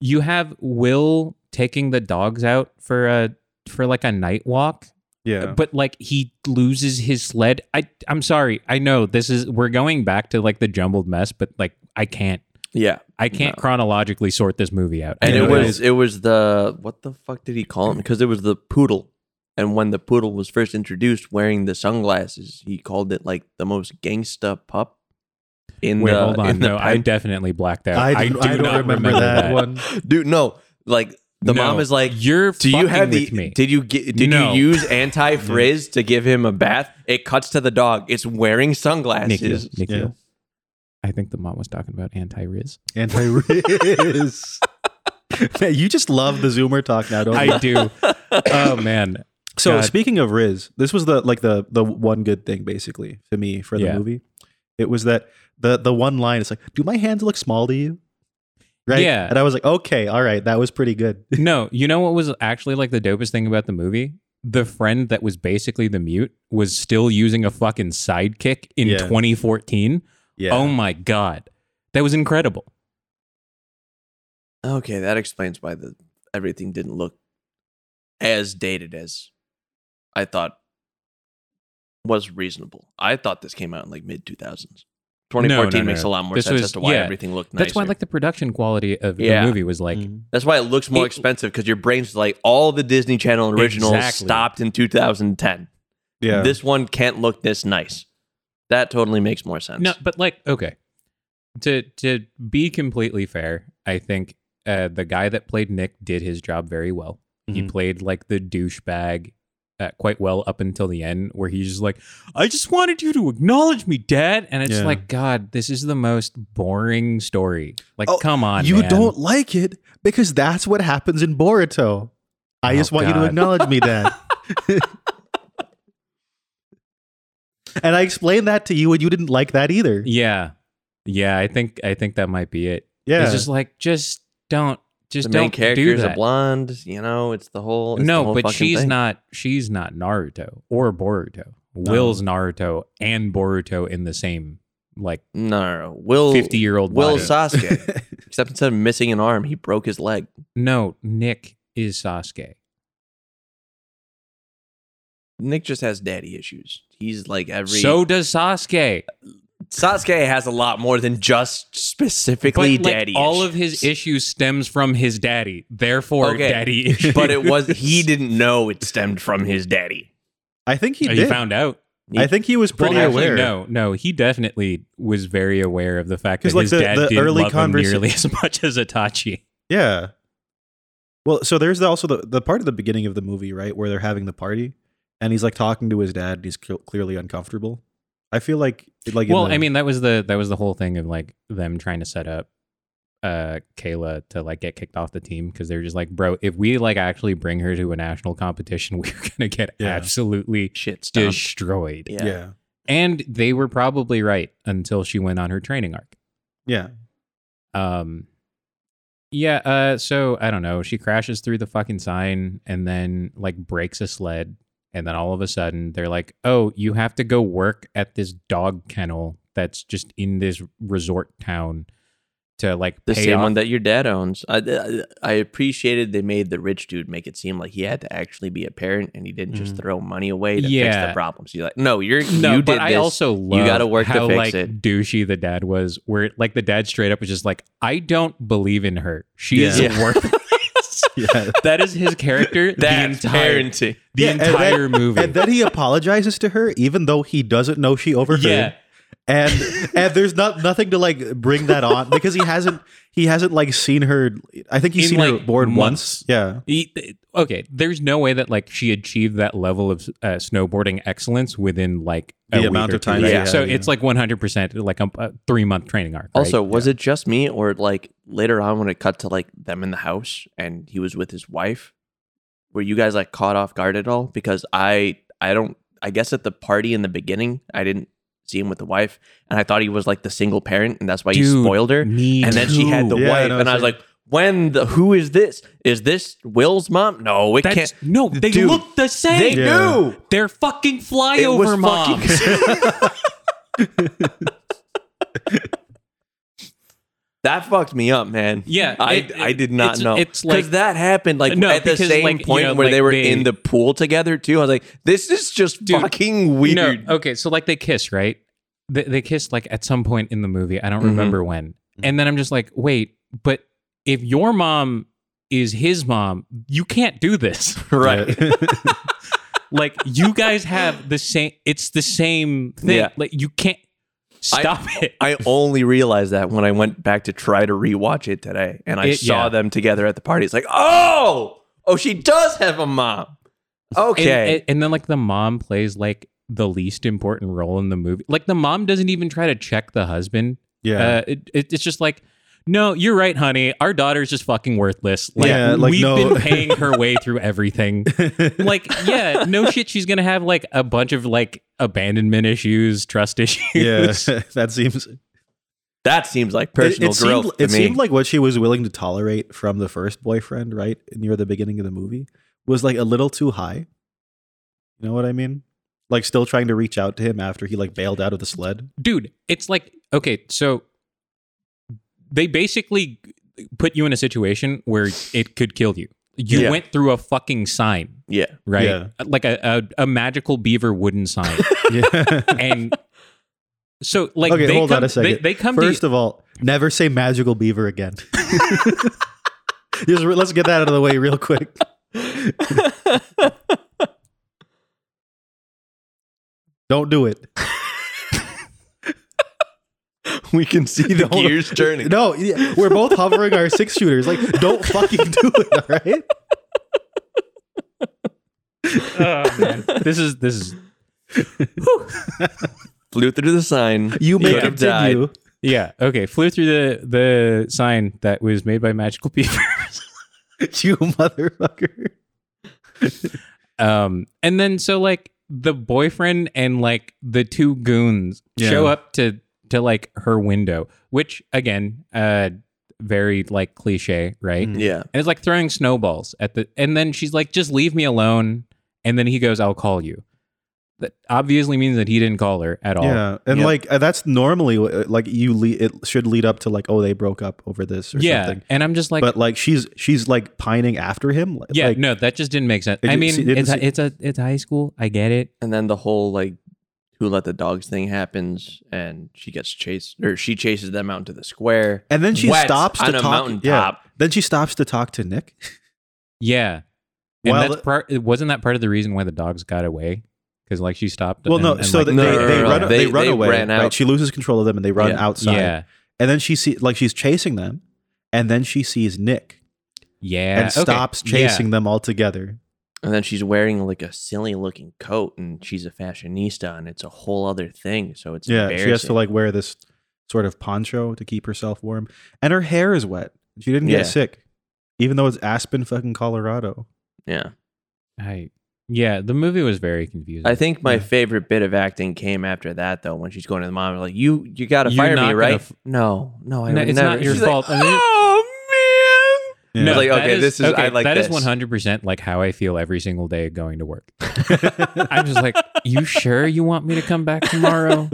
[SPEAKER 1] you have Will taking the dogs out for a for like a night walk, uh,
[SPEAKER 3] Yeah.
[SPEAKER 1] but like he loses his sled. I I'm sorry. I know this is we're going back to like the jumbled mess, but like I can't
[SPEAKER 2] yeah.
[SPEAKER 1] I can't chronologically sort this movie out. I
[SPEAKER 2] And it
[SPEAKER 1] know that.
[SPEAKER 2] was it was the what the fuck did he call him? Because it was the poodle. And when the poodle was first introduced, wearing the sunglasses, he called it like the most gangsta pup. In
[SPEAKER 1] Wait,
[SPEAKER 2] the,
[SPEAKER 1] hold on.
[SPEAKER 2] in the
[SPEAKER 1] No, I
[SPEAKER 2] pen-
[SPEAKER 1] definitely blacked out.
[SPEAKER 3] I,
[SPEAKER 1] I,
[SPEAKER 3] do,
[SPEAKER 1] do
[SPEAKER 3] I don't
[SPEAKER 1] not
[SPEAKER 3] remember, that, one.
[SPEAKER 2] dude, no. Like the
[SPEAKER 1] No.
[SPEAKER 2] mom is like,
[SPEAKER 1] You're
[SPEAKER 2] Do you have the?
[SPEAKER 1] with me.
[SPEAKER 2] Did you get? Did
[SPEAKER 1] No.
[SPEAKER 2] you use anti frizz to give him a bath? It cuts to the dog. It's wearing
[SPEAKER 1] Nikhil,
[SPEAKER 2] sunglasses.
[SPEAKER 1] Nikhil.
[SPEAKER 3] yeah.
[SPEAKER 1] I think the mom was talking about anti-riz.
[SPEAKER 3] Anti Riz. Man, you just love the Zoomer talk now, don't you?
[SPEAKER 1] I do. oh man.
[SPEAKER 3] So
[SPEAKER 1] God.
[SPEAKER 3] speaking of Riz, this was the like the the one good thing basically to me for the
[SPEAKER 1] Yeah.
[SPEAKER 3] movie. It was that the the one line is like, "Do my hands look small to you?" Right?
[SPEAKER 1] Yeah.
[SPEAKER 3] And I was like, "Okay, all right, that was pretty good."
[SPEAKER 1] No, you know what was actually like the dopest thing about the movie? The friend that was basically the mute was still using a fucking sidekick in
[SPEAKER 3] Yeah.
[SPEAKER 1] 2014.
[SPEAKER 3] Yeah.
[SPEAKER 1] Oh my god. That was incredible.
[SPEAKER 2] Okay, that explains why the everything didn't look as dated as I thought was reasonable. I thought this came out in like mid two thousands. Twenty
[SPEAKER 1] No,
[SPEAKER 2] fourteen
[SPEAKER 1] no, no,
[SPEAKER 2] makes
[SPEAKER 1] no.
[SPEAKER 2] a lot more
[SPEAKER 1] This
[SPEAKER 2] sense
[SPEAKER 1] was-
[SPEAKER 2] as to why
[SPEAKER 1] yeah.
[SPEAKER 2] everything looked nicer.
[SPEAKER 1] That's why like the production quality of
[SPEAKER 2] Yeah.
[SPEAKER 1] the movie was like
[SPEAKER 3] Mhm.
[SPEAKER 2] That's why it looks more
[SPEAKER 1] It-
[SPEAKER 2] expensive because your brain's like all the Disney Channel originals
[SPEAKER 1] Exactly.
[SPEAKER 2] stopped in two thousand ten.
[SPEAKER 3] yeah.
[SPEAKER 2] This one can't look this nice. That totally makes more sense.
[SPEAKER 1] No, but like, okay. To to be completely fair, I think uh, the guy that played Nick did his job very well. He
[SPEAKER 3] Mhm.
[SPEAKER 1] played like the douchebag uh, quite well up until the end, where he's just like, "I just wanted you to acknowledge me, Dad," and it's
[SPEAKER 3] Yeah.
[SPEAKER 1] like, God, this is the most boring story. Like,
[SPEAKER 3] Oh,
[SPEAKER 1] come on,
[SPEAKER 3] you
[SPEAKER 1] man.
[SPEAKER 3] don't like it because that's what happens in Boruto. I
[SPEAKER 1] Oh,
[SPEAKER 3] just want you
[SPEAKER 1] God.
[SPEAKER 3] to acknowledge me then. and I explained that to you, and you didn't like that either.
[SPEAKER 1] Yeah, yeah. I think I think that might be it.
[SPEAKER 3] Yeah.
[SPEAKER 1] It's just like, just don't, just
[SPEAKER 2] the main
[SPEAKER 1] don't
[SPEAKER 2] character
[SPEAKER 1] do
[SPEAKER 2] is a
[SPEAKER 1] that.
[SPEAKER 2] blonde. You know, it's the whole. it's the
[SPEAKER 1] no,
[SPEAKER 2] whole
[SPEAKER 1] but
[SPEAKER 2] fucking
[SPEAKER 1] she's
[SPEAKER 2] thing.
[SPEAKER 1] not. She's not Naruto or Boruto. Will's Naruto and Boruto in the same like
[SPEAKER 2] No, no, no. Will
[SPEAKER 1] fifty year old.
[SPEAKER 2] Will Sasuke. Except instead of missing an arm, he broke his leg.
[SPEAKER 1] No, Nick is Sasuke.
[SPEAKER 2] Nick just has daddy issues. He's like every
[SPEAKER 1] So does Sasuke.
[SPEAKER 2] Sasuke has a lot more than just
[SPEAKER 1] But
[SPEAKER 2] specifically
[SPEAKER 1] like,
[SPEAKER 2] daddy.
[SPEAKER 1] all
[SPEAKER 2] issues.
[SPEAKER 1] of his issues stems from his daddy. Therefore,
[SPEAKER 2] Okay.
[SPEAKER 1] daddy issues.
[SPEAKER 2] but it was he didn't know it stemmed from his daddy.
[SPEAKER 3] I think he
[SPEAKER 1] he
[SPEAKER 3] did.
[SPEAKER 1] found out.
[SPEAKER 3] I think he was pretty
[SPEAKER 1] well, actually,
[SPEAKER 3] aware.
[SPEAKER 1] No, no, he definitely was very aware of the fact that
[SPEAKER 3] 'Cause, like,
[SPEAKER 1] his
[SPEAKER 3] the-
[SPEAKER 1] dad
[SPEAKER 3] the
[SPEAKER 1] didn't
[SPEAKER 3] early
[SPEAKER 1] love
[SPEAKER 3] conversa-
[SPEAKER 1] him nearly as much as Itachi.
[SPEAKER 3] Yeah. Well, so there's also the, the part of the beginning of the movie, right, where they're having the party, and he's like talking to his dad, and he's cl- clearly uncomfortable, I feel like like in
[SPEAKER 1] well,
[SPEAKER 3] the-
[SPEAKER 1] I mean, that was the that was the whole thing of like them trying to set up uh Kayla to like get kicked off the team because they're just like, bro, if we like actually bring her to a national competition, we're gonna get
[SPEAKER 3] Yeah. Um,
[SPEAKER 1] absolutely
[SPEAKER 2] Shit, stuff.
[SPEAKER 1] destroyed.
[SPEAKER 2] Yeah.
[SPEAKER 3] yeah. yeah.
[SPEAKER 1] And they were probably right until she went on her training arc.
[SPEAKER 3] Yeah.
[SPEAKER 1] Um yeah, uh so I don't know, she crashes through the fucking sign and then like breaks a sled and then all of a sudden they're like, "Oh, you have to go work at this dog kennel that's just in this resort town to like
[SPEAKER 2] The
[SPEAKER 1] pay
[SPEAKER 2] same
[SPEAKER 1] off-
[SPEAKER 2] one that your dad owns. I, I I appreciated they made the rich dude make it seem like he had to actually be a parent and he didn't just
[SPEAKER 1] Mhm.
[SPEAKER 2] throw money away to fix
[SPEAKER 1] Yeah.
[SPEAKER 2] the problems. You're like, no, you're
[SPEAKER 1] no,
[SPEAKER 2] you
[SPEAKER 1] but
[SPEAKER 2] did
[SPEAKER 1] I
[SPEAKER 2] this.
[SPEAKER 1] also love
[SPEAKER 2] gotta work to
[SPEAKER 1] how
[SPEAKER 2] fix
[SPEAKER 1] like
[SPEAKER 2] it.
[SPEAKER 1] douchey the dad was. Where like the dad straight up was just like, "I don't believe in her. She is
[SPEAKER 2] Yeah.
[SPEAKER 1] worthless."
[SPEAKER 3] Yeah.
[SPEAKER 1] that is his character. the
[SPEAKER 2] That's
[SPEAKER 1] entire
[SPEAKER 2] parenting.
[SPEAKER 1] the
[SPEAKER 3] Yeah, and that-
[SPEAKER 1] entire movie.
[SPEAKER 3] and then he apologizes to her even though he doesn't know she overheard.
[SPEAKER 1] yeah,
[SPEAKER 3] and and there's not nothing to like bring that on because he hasn't he hasn't like seen her i think he's
[SPEAKER 1] In,
[SPEAKER 3] seen her
[SPEAKER 1] like,
[SPEAKER 3] board
[SPEAKER 1] months.
[SPEAKER 3] once yeah
[SPEAKER 1] He- th- okay there's no way that like she achieved that level of uh, snowboarding excellence within like a
[SPEAKER 3] The
[SPEAKER 1] week
[SPEAKER 3] amount
[SPEAKER 1] or
[SPEAKER 3] of
[SPEAKER 1] two,
[SPEAKER 3] time
[SPEAKER 1] right?
[SPEAKER 2] that she
[SPEAKER 1] so
[SPEAKER 3] had, yeah.
[SPEAKER 1] it's like 100% like a, a three month training arc right?
[SPEAKER 2] Also, was it just me or like later on when it cut to like them in the house and he was with his wife? Were you guys like caught off guard at all? Because I I don't I guess at the party in the beginning I didn't see him with the wife and I thought he was like the single parent and that's why he
[SPEAKER 1] Dude,
[SPEAKER 2] spoiled her.
[SPEAKER 1] me
[SPEAKER 2] And then she had the
[SPEAKER 1] too.
[SPEAKER 3] Yeah, I
[SPEAKER 2] wife
[SPEAKER 3] know,
[SPEAKER 2] and I was
[SPEAKER 3] same.
[SPEAKER 2] like, when the who is this? Is this Will's mom? No, it
[SPEAKER 1] That's,
[SPEAKER 2] can't.
[SPEAKER 1] no they
[SPEAKER 2] Dude,
[SPEAKER 1] look the same
[SPEAKER 2] They
[SPEAKER 3] Yeah.
[SPEAKER 2] do.
[SPEAKER 1] they're fucking flyover
[SPEAKER 2] It was
[SPEAKER 1] moms
[SPEAKER 2] fucking. that fucked me up, man.
[SPEAKER 1] yeah
[SPEAKER 2] I,
[SPEAKER 1] it-
[SPEAKER 2] I did
[SPEAKER 1] it-
[SPEAKER 2] not
[SPEAKER 1] it's,
[SPEAKER 2] know.
[SPEAKER 1] it's like
[SPEAKER 2] because that happened like
[SPEAKER 1] No,
[SPEAKER 2] at the
[SPEAKER 1] because,
[SPEAKER 2] same
[SPEAKER 1] like, you
[SPEAKER 2] point
[SPEAKER 1] know,
[SPEAKER 2] where they
[SPEAKER 1] like,
[SPEAKER 2] were
[SPEAKER 1] they-
[SPEAKER 2] in the pool together too. I was like, this is just
[SPEAKER 1] Dude,
[SPEAKER 2] fucking weird.
[SPEAKER 1] No, uh, okay, so like they kiss, right? They, they kiss like at some point in the movie. I don't
[SPEAKER 2] Mhm.
[SPEAKER 1] remember when. And then I'm just like, wait, but if your mom is his mom, you can't do this.
[SPEAKER 2] Right.
[SPEAKER 1] like you guys have the same. It's the same thing.
[SPEAKER 2] Yeah.
[SPEAKER 1] Like you can't stop it.
[SPEAKER 2] I only realized that when I went back to try to rewatch it today, and I
[SPEAKER 1] It-
[SPEAKER 2] saw
[SPEAKER 1] yeah.
[SPEAKER 2] them together at the party. It's like, oh, oh, she does have a mom.
[SPEAKER 1] And-
[SPEAKER 2] Okay,
[SPEAKER 1] and, and then like the mom plays like the least important role in the movie. Like the mom doesn't even try to check the husband.
[SPEAKER 3] yeah
[SPEAKER 1] Uh, it, it, it's just like, no, you're right, honey. Our daughter's just fucking worthless. Like,
[SPEAKER 3] Yeah, like,
[SPEAKER 1] we've
[SPEAKER 3] no-
[SPEAKER 1] been paying her way through everything.
[SPEAKER 2] Uh,
[SPEAKER 1] like, yeah, no shit. She's gonna have like a bunch of like abandonment issues, trust
[SPEAKER 3] yeah
[SPEAKER 1] issues.
[SPEAKER 3] that seems it-
[SPEAKER 2] that seems like
[SPEAKER 3] it,
[SPEAKER 2] personal growth
[SPEAKER 3] seemed,
[SPEAKER 2] to
[SPEAKER 3] it
[SPEAKER 2] me.
[SPEAKER 3] seemed like what she was willing to tolerate from the first boyfriend right near the beginning of the movie was like a little too high you know what i mean like still trying to reach out to him after he like bailed out of the sled
[SPEAKER 1] dude. It's like okay, so they basically put you in a situation where it could kill you. You
[SPEAKER 2] Yeah.
[SPEAKER 1] went through a fucking sign,
[SPEAKER 2] yeah,
[SPEAKER 1] right? Uh,
[SPEAKER 3] Yeah.
[SPEAKER 1] Like a, a a magical beaver wooden sign.
[SPEAKER 3] yeah
[SPEAKER 1] and so like
[SPEAKER 3] Okay,
[SPEAKER 1] they
[SPEAKER 3] hold
[SPEAKER 1] come,
[SPEAKER 3] on a second.
[SPEAKER 1] They, they come
[SPEAKER 3] First
[SPEAKER 1] to
[SPEAKER 3] of all, never say magical beaver again. Just re- let's get that out of the way real quick. Don't do it.
[SPEAKER 2] we can see the
[SPEAKER 3] Don't-
[SPEAKER 2] gears turning.
[SPEAKER 3] No, yeah, we're both hovering our six shooters. Like, don't fucking do it. All right.
[SPEAKER 1] oh, man. this is this is
[SPEAKER 2] Flew through the sign.
[SPEAKER 3] You may
[SPEAKER 2] Yeah. Could've died.
[SPEAKER 3] continue.
[SPEAKER 1] yeah okay flew through the the sign that was made by magical beaver
[SPEAKER 3] You motherfucker.
[SPEAKER 1] um and then so like the boyfriend and like the two goons
[SPEAKER 3] Yeah.
[SPEAKER 1] show up to to like her window which again uh very like cliche right
[SPEAKER 3] Mm.
[SPEAKER 2] Yeah,
[SPEAKER 1] and it's like throwing snowballs at the and then she's like just leave me alone and then he goes i'll call you that obviously means that he didn't call her at all
[SPEAKER 3] Yeah, and
[SPEAKER 2] Yeah.
[SPEAKER 3] like uh, that's normally uh, like you. Le- it should lead up to like, oh, they broke up over this or
[SPEAKER 1] yeah
[SPEAKER 3] something.
[SPEAKER 1] and i'm just like
[SPEAKER 3] but like, she's she's like pining after him. Like,
[SPEAKER 1] yeah no that just didn't make sense i
[SPEAKER 3] It didn't
[SPEAKER 1] mean
[SPEAKER 3] see- didn't
[SPEAKER 1] it's,
[SPEAKER 3] see-
[SPEAKER 1] a, it's a it's high school i get it
[SPEAKER 2] and then the whole like who let the dogs thing happens, and she gets chased or she chases them out into the square.
[SPEAKER 3] And then she
[SPEAKER 2] Wet
[SPEAKER 3] stops to
[SPEAKER 2] on a
[SPEAKER 3] talk.
[SPEAKER 2] mountaintop.
[SPEAKER 3] Yeah. Then she stops to talk to Nick.
[SPEAKER 1] yeah and
[SPEAKER 3] Well,
[SPEAKER 1] that's
[SPEAKER 3] the-
[SPEAKER 1] part wasn't that part of the reason why the dogs got away because like she stopped
[SPEAKER 3] Well,
[SPEAKER 1] and-
[SPEAKER 3] no.
[SPEAKER 1] and,
[SPEAKER 3] so
[SPEAKER 1] like,
[SPEAKER 3] they,
[SPEAKER 2] No,
[SPEAKER 3] they,
[SPEAKER 2] no, no,
[SPEAKER 3] they
[SPEAKER 2] no.
[SPEAKER 3] run. They,
[SPEAKER 2] They-
[SPEAKER 3] run
[SPEAKER 2] they
[SPEAKER 3] away.
[SPEAKER 2] ran
[SPEAKER 3] right?
[SPEAKER 2] out.
[SPEAKER 3] She loses control of them, and they run
[SPEAKER 2] Yeah.
[SPEAKER 3] outside.
[SPEAKER 1] yeah
[SPEAKER 3] And then she see like she's chasing them, and then she sees Nick
[SPEAKER 1] yeah
[SPEAKER 3] and
[SPEAKER 1] okay,
[SPEAKER 3] stops
[SPEAKER 1] yeah.
[SPEAKER 3] chasing them altogether.
[SPEAKER 2] And then she's wearing like a silly looking coat and she's a fashionista and it's a whole other thing. So it's
[SPEAKER 3] Yeah,
[SPEAKER 2] embarrassing.
[SPEAKER 3] she has to like wear this sort of poncho to keep herself warm, and her hair is wet. She didn't
[SPEAKER 2] Yeah.
[SPEAKER 3] get sick, even though it's Aspen, fucking Colorado.
[SPEAKER 2] Yeah.
[SPEAKER 1] I yeah, the movie was very confusing.
[SPEAKER 2] I think my
[SPEAKER 3] Yeah.
[SPEAKER 2] favorite bit of acting came after that though, when she's going to the mom like, You you gotta
[SPEAKER 1] You're
[SPEAKER 2] fire
[SPEAKER 1] not
[SPEAKER 2] me,
[SPEAKER 1] gonna
[SPEAKER 2] right?
[SPEAKER 1] f-
[SPEAKER 2] no, no, I
[SPEAKER 1] No,
[SPEAKER 2] would
[SPEAKER 1] it's
[SPEAKER 2] never.
[SPEAKER 1] not your
[SPEAKER 2] She's like,
[SPEAKER 1] fault. I mean-
[SPEAKER 2] oh man.
[SPEAKER 3] Yeah.
[SPEAKER 2] No, like,
[SPEAKER 1] that
[SPEAKER 2] okay, this is- I like
[SPEAKER 1] that is
[SPEAKER 2] this.
[SPEAKER 1] 100% like how I feel every single day going to work. I'm just like, you sure you want me to come back tomorrow?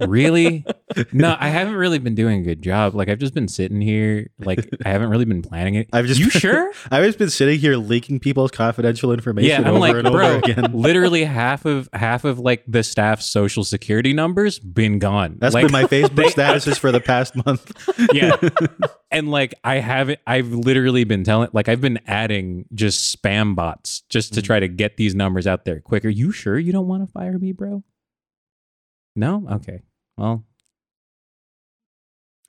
[SPEAKER 1] really? No, I haven't really been doing a good job. Like I've just been sitting here, like I haven't really been planning it.
[SPEAKER 3] I've just
[SPEAKER 1] you
[SPEAKER 3] been-
[SPEAKER 1] sure?
[SPEAKER 3] I've just been sitting here leaking people's confidential information
[SPEAKER 1] Yeah, I'm
[SPEAKER 3] over
[SPEAKER 1] like,
[SPEAKER 3] and over
[SPEAKER 1] bro.
[SPEAKER 3] again.
[SPEAKER 1] Literally half of half of like the staff's social security numbers been gone.
[SPEAKER 3] That's
[SPEAKER 1] like,
[SPEAKER 3] been my Facebook statuses for the past month.
[SPEAKER 1] yeah. And like I haven't I've literally been telling like I've been adding just spam bots just
[SPEAKER 2] Mm.
[SPEAKER 1] to try to get these numbers out there quicker. You sure you don't want to fire me, bro? No? Okay. Well.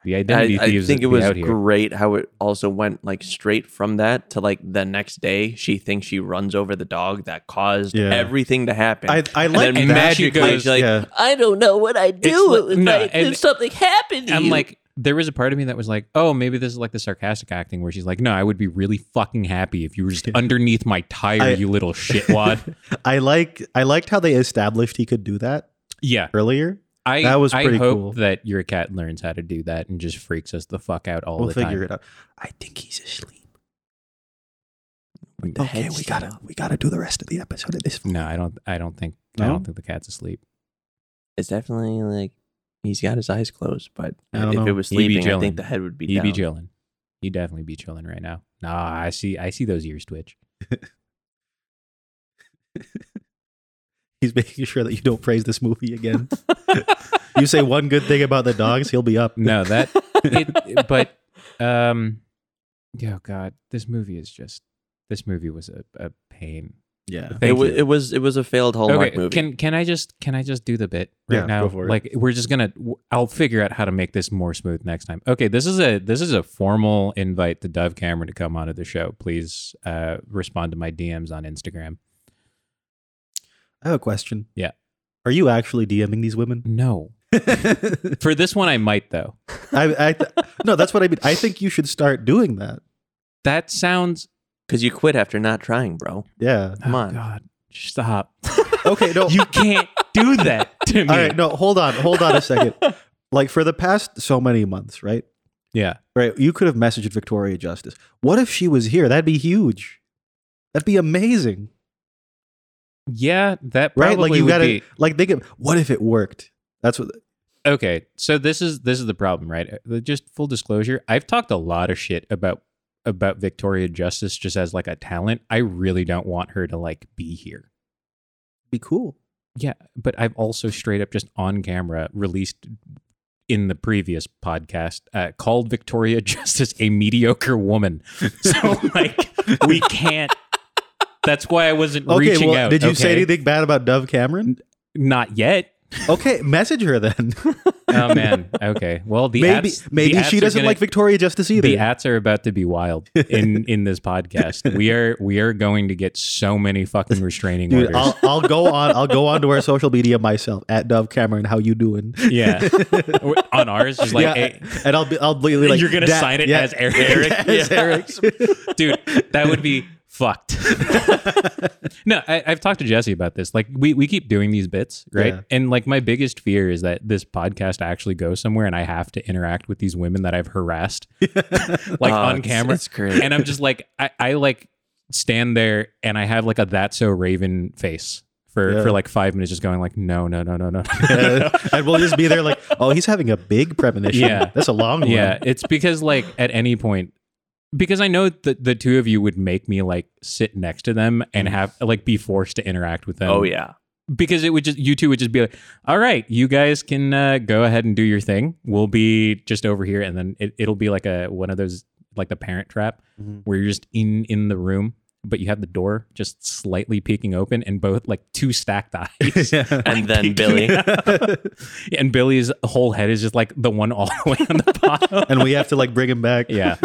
[SPEAKER 1] The identity
[SPEAKER 2] I, I
[SPEAKER 1] thieves
[SPEAKER 2] think it
[SPEAKER 1] be
[SPEAKER 2] was
[SPEAKER 1] out here.
[SPEAKER 2] great how it also went like straight from that to like the next day. She thinks she runs over the dog that caused
[SPEAKER 3] Yeah.
[SPEAKER 2] everything to happen.
[SPEAKER 3] I, I like
[SPEAKER 1] then
[SPEAKER 3] that.
[SPEAKER 1] magically
[SPEAKER 3] Like,
[SPEAKER 1] goes,
[SPEAKER 2] like,
[SPEAKER 3] yeah.
[SPEAKER 2] I don't know what I do.
[SPEAKER 1] like-
[SPEAKER 2] if,
[SPEAKER 1] no,
[SPEAKER 2] I- if
[SPEAKER 1] and-
[SPEAKER 2] something happened to
[SPEAKER 1] I'm
[SPEAKER 2] you.
[SPEAKER 1] like, there was a part of me that was like, oh, maybe this is like the sarcastic acting where she's like, no, I would be really fucking happy if you were just underneath my tire,
[SPEAKER 3] I-
[SPEAKER 1] you little shitwad.
[SPEAKER 3] I like I liked how they established he could do that
[SPEAKER 1] yeah.
[SPEAKER 3] earlier.
[SPEAKER 1] I,
[SPEAKER 3] That was
[SPEAKER 1] I
[SPEAKER 3] pretty
[SPEAKER 1] hope
[SPEAKER 3] cool.
[SPEAKER 1] that your cat learns how to do that and just freaks us the fuck out all
[SPEAKER 3] we'll
[SPEAKER 1] the
[SPEAKER 3] figure
[SPEAKER 1] time.
[SPEAKER 3] it out. I think he's asleep.
[SPEAKER 2] The
[SPEAKER 3] okay,
[SPEAKER 2] head's
[SPEAKER 3] we
[SPEAKER 2] still
[SPEAKER 3] gotta
[SPEAKER 2] up.
[SPEAKER 3] we gotta do the rest of the episode of this.
[SPEAKER 1] No, I don't. I don't think. I
[SPEAKER 3] No?
[SPEAKER 1] don't think the cat's asleep.
[SPEAKER 2] It's definitely like he's got his eyes closed, but
[SPEAKER 3] I don't
[SPEAKER 2] if
[SPEAKER 3] know.
[SPEAKER 2] it was
[SPEAKER 1] He'd be
[SPEAKER 2] sleeping, I
[SPEAKER 1] chilling.
[SPEAKER 2] think the head would be
[SPEAKER 1] He'd
[SPEAKER 2] down.
[SPEAKER 1] be chilling. He'd definitely be chilling right now. Nah, I see. I see those ears twitch.
[SPEAKER 3] He's making sure that you don't praise this movie again. you say one good thing about the dogs, he'll be up.
[SPEAKER 1] No, that. it, but um, oh god, this movie is just. This movie was a, a pain.
[SPEAKER 3] Yeah.
[SPEAKER 2] It
[SPEAKER 1] Thank
[SPEAKER 2] was,
[SPEAKER 1] you.
[SPEAKER 2] it was it was a failed Hallmark
[SPEAKER 1] Okay,
[SPEAKER 2] movie.
[SPEAKER 1] can can I just can I just do the bit right
[SPEAKER 3] Yeah,
[SPEAKER 1] now?
[SPEAKER 3] go for it.
[SPEAKER 1] Like we're just gonna. w- I'll figure out how to make this more smooth next time. Okay, this is a this is a formal invite to Dove Cameron to come onto the show. Please uh, respond to my DMs on Instagram.
[SPEAKER 3] I have a question.
[SPEAKER 1] Yeah.
[SPEAKER 3] Are you actually DMing these women?
[SPEAKER 1] No,
[SPEAKER 3] I,
[SPEAKER 1] for this one I might though.
[SPEAKER 3] I th- no, that's what I mean. I think you should start doing that.
[SPEAKER 1] That sounds.
[SPEAKER 2] Because you quit after not trying, bro.
[SPEAKER 3] Yeah.
[SPEAKER 2] Come
[SPEAKER 1] oh
[SPEAKER 2] on.
[SPEAKER 1] God, stop!
[SPEAKER 3] Okay. No.
[SPEAKER 1] you can't do that to me.
[SPEAKER 3] all right. No. Hold on. Hold on a second. Like for the past so many months, right?
[SPEAKER 1] Yeah,
[SPEAKER 3] Right. You could have messaged Victoria Justice. What if she was here? That'd be huge. That'd be amazing.
[SPEAKER 1] yeah, that
[SPEAKER 3] Right?
[SPEAKER 1] probably
[SPEAKER 3] like you
[SPEAKER 1] would
[SPEAKER 3] gotta
[SPEAKER 1] be-
[SPEAKER 3] like think of what if it worked? That's what
[SPEAKER 1] okay so this is this is the problem right Uh, just full disclosure i've talked a lot of shit about about victoria justice just as like a talent i really don't want her to like be here
[SPEAKER 3] be cool.
[SPEAKER 1] yeah but i've also straight up just on camera released in the previous podcast uh, called victoria justice a mediocre woman so like we can't that's why i wasn't
[SPEAKER 3] Okay,
[SPEAKER 1] reaching
[SPEAKER 3] well,
[SPEAKER 1] out
[SPEAKER 3] did you say
[SPEAKER 1] okay?
[SPEAKER 3] anything bad about Dove Cameron?
[SPEAKER 1] not yet
[SPEAKER 3] Okay, message her then.
[SPEAKER 1] oh man okay well the
[SPEAKER 3] maybe
[SPEAKER 1] ads- the
[SPEAKER 3] maybe
[SPEAKER 1] ads
[SPEAKER 3] she
[SPEAKER 1] are
[SPEAKER 3] doesn't
[SPEAKER 1] gonna-
[SPEAKER 3] like Victoria Justice either.
[SPEAKER 1] The ats are about to be wild in in this podcast. We are we are going to get so many fucking restraining
[SPEAKER 3] Dude,
[SPEAKER 1] orders.
[SPEAKER 3] I'll, I'll go on. I'll go on to our social media myself at Dove Cameron. How you doing?
[SPEAKER 1] yeah, on ours, just like, hey,
[SPEAKER 3] and I'll be. I'll be like,
[SPEAKER 1] you're gonna
[SPEAKER 3] "Dad,
[SPEAKER 1] sign it
[SPEAKER 3] yeah,
[SPEAKER 1] as Eric. Eric?
[SPEAKER 3] as Eric.
[SPEAKER 1] dude, that would be fucked. no, I, I've talked to Jesse about this. Like, we we keep doing these bits, right?
[SPEAKER 3] Yeah.
[SPEAKER 1] And like, my biggest fear is that this podcast actually goes somewhere, and I have to interact with these women that I've harassed, like
[SPEAKER 2] Oh,
[SPEAKER 3] Uh,
[SPEAKER 1] on
[SPEAKER 2] it's-
[SPEAKER 1] camera.
[SPEAKER 2] It's great.
[SPEAKER 1] and I'm just like, I, I like stand there and I have like a that so Raven face for
[SPEAKER 3] Yeah.
[SPEAKER 1] for like five minutes, just going like, no, no, no, no, no.
[SPEAKER 3] Yeah. and we'll just be there like, oh, he's having a big premonition.
[SPEAKER 1] Yeah.
[SPEAKER 3] that's a long one.
[SPEAKER 1] yeah, it's because like at any point, because I know that the two of you would make me like sit next to them and have like be forced to interact with them.
[SPEAKER 2] Mm. oh yeah.
[SPEAKER 1] because it would just you two would just be like, all right, you guys can uh, go ahead and do your thing. We'll be just over here, and then it, it'll be like a one of those like the Parent Trap
[SPEAKER 3] Mhm.
[SPEAKER 1] where you're just in in the room, but you have the door just slightly peeking open, and both like two stacked eyes.
[SPEAKER 2] And then Billy.
[SPEAKER 1] and Billy's whole head is just like the one all the way on the bottom.
[SPEAKER 3] and we have to like bring him back.
[SPEAKER 1] Yeah.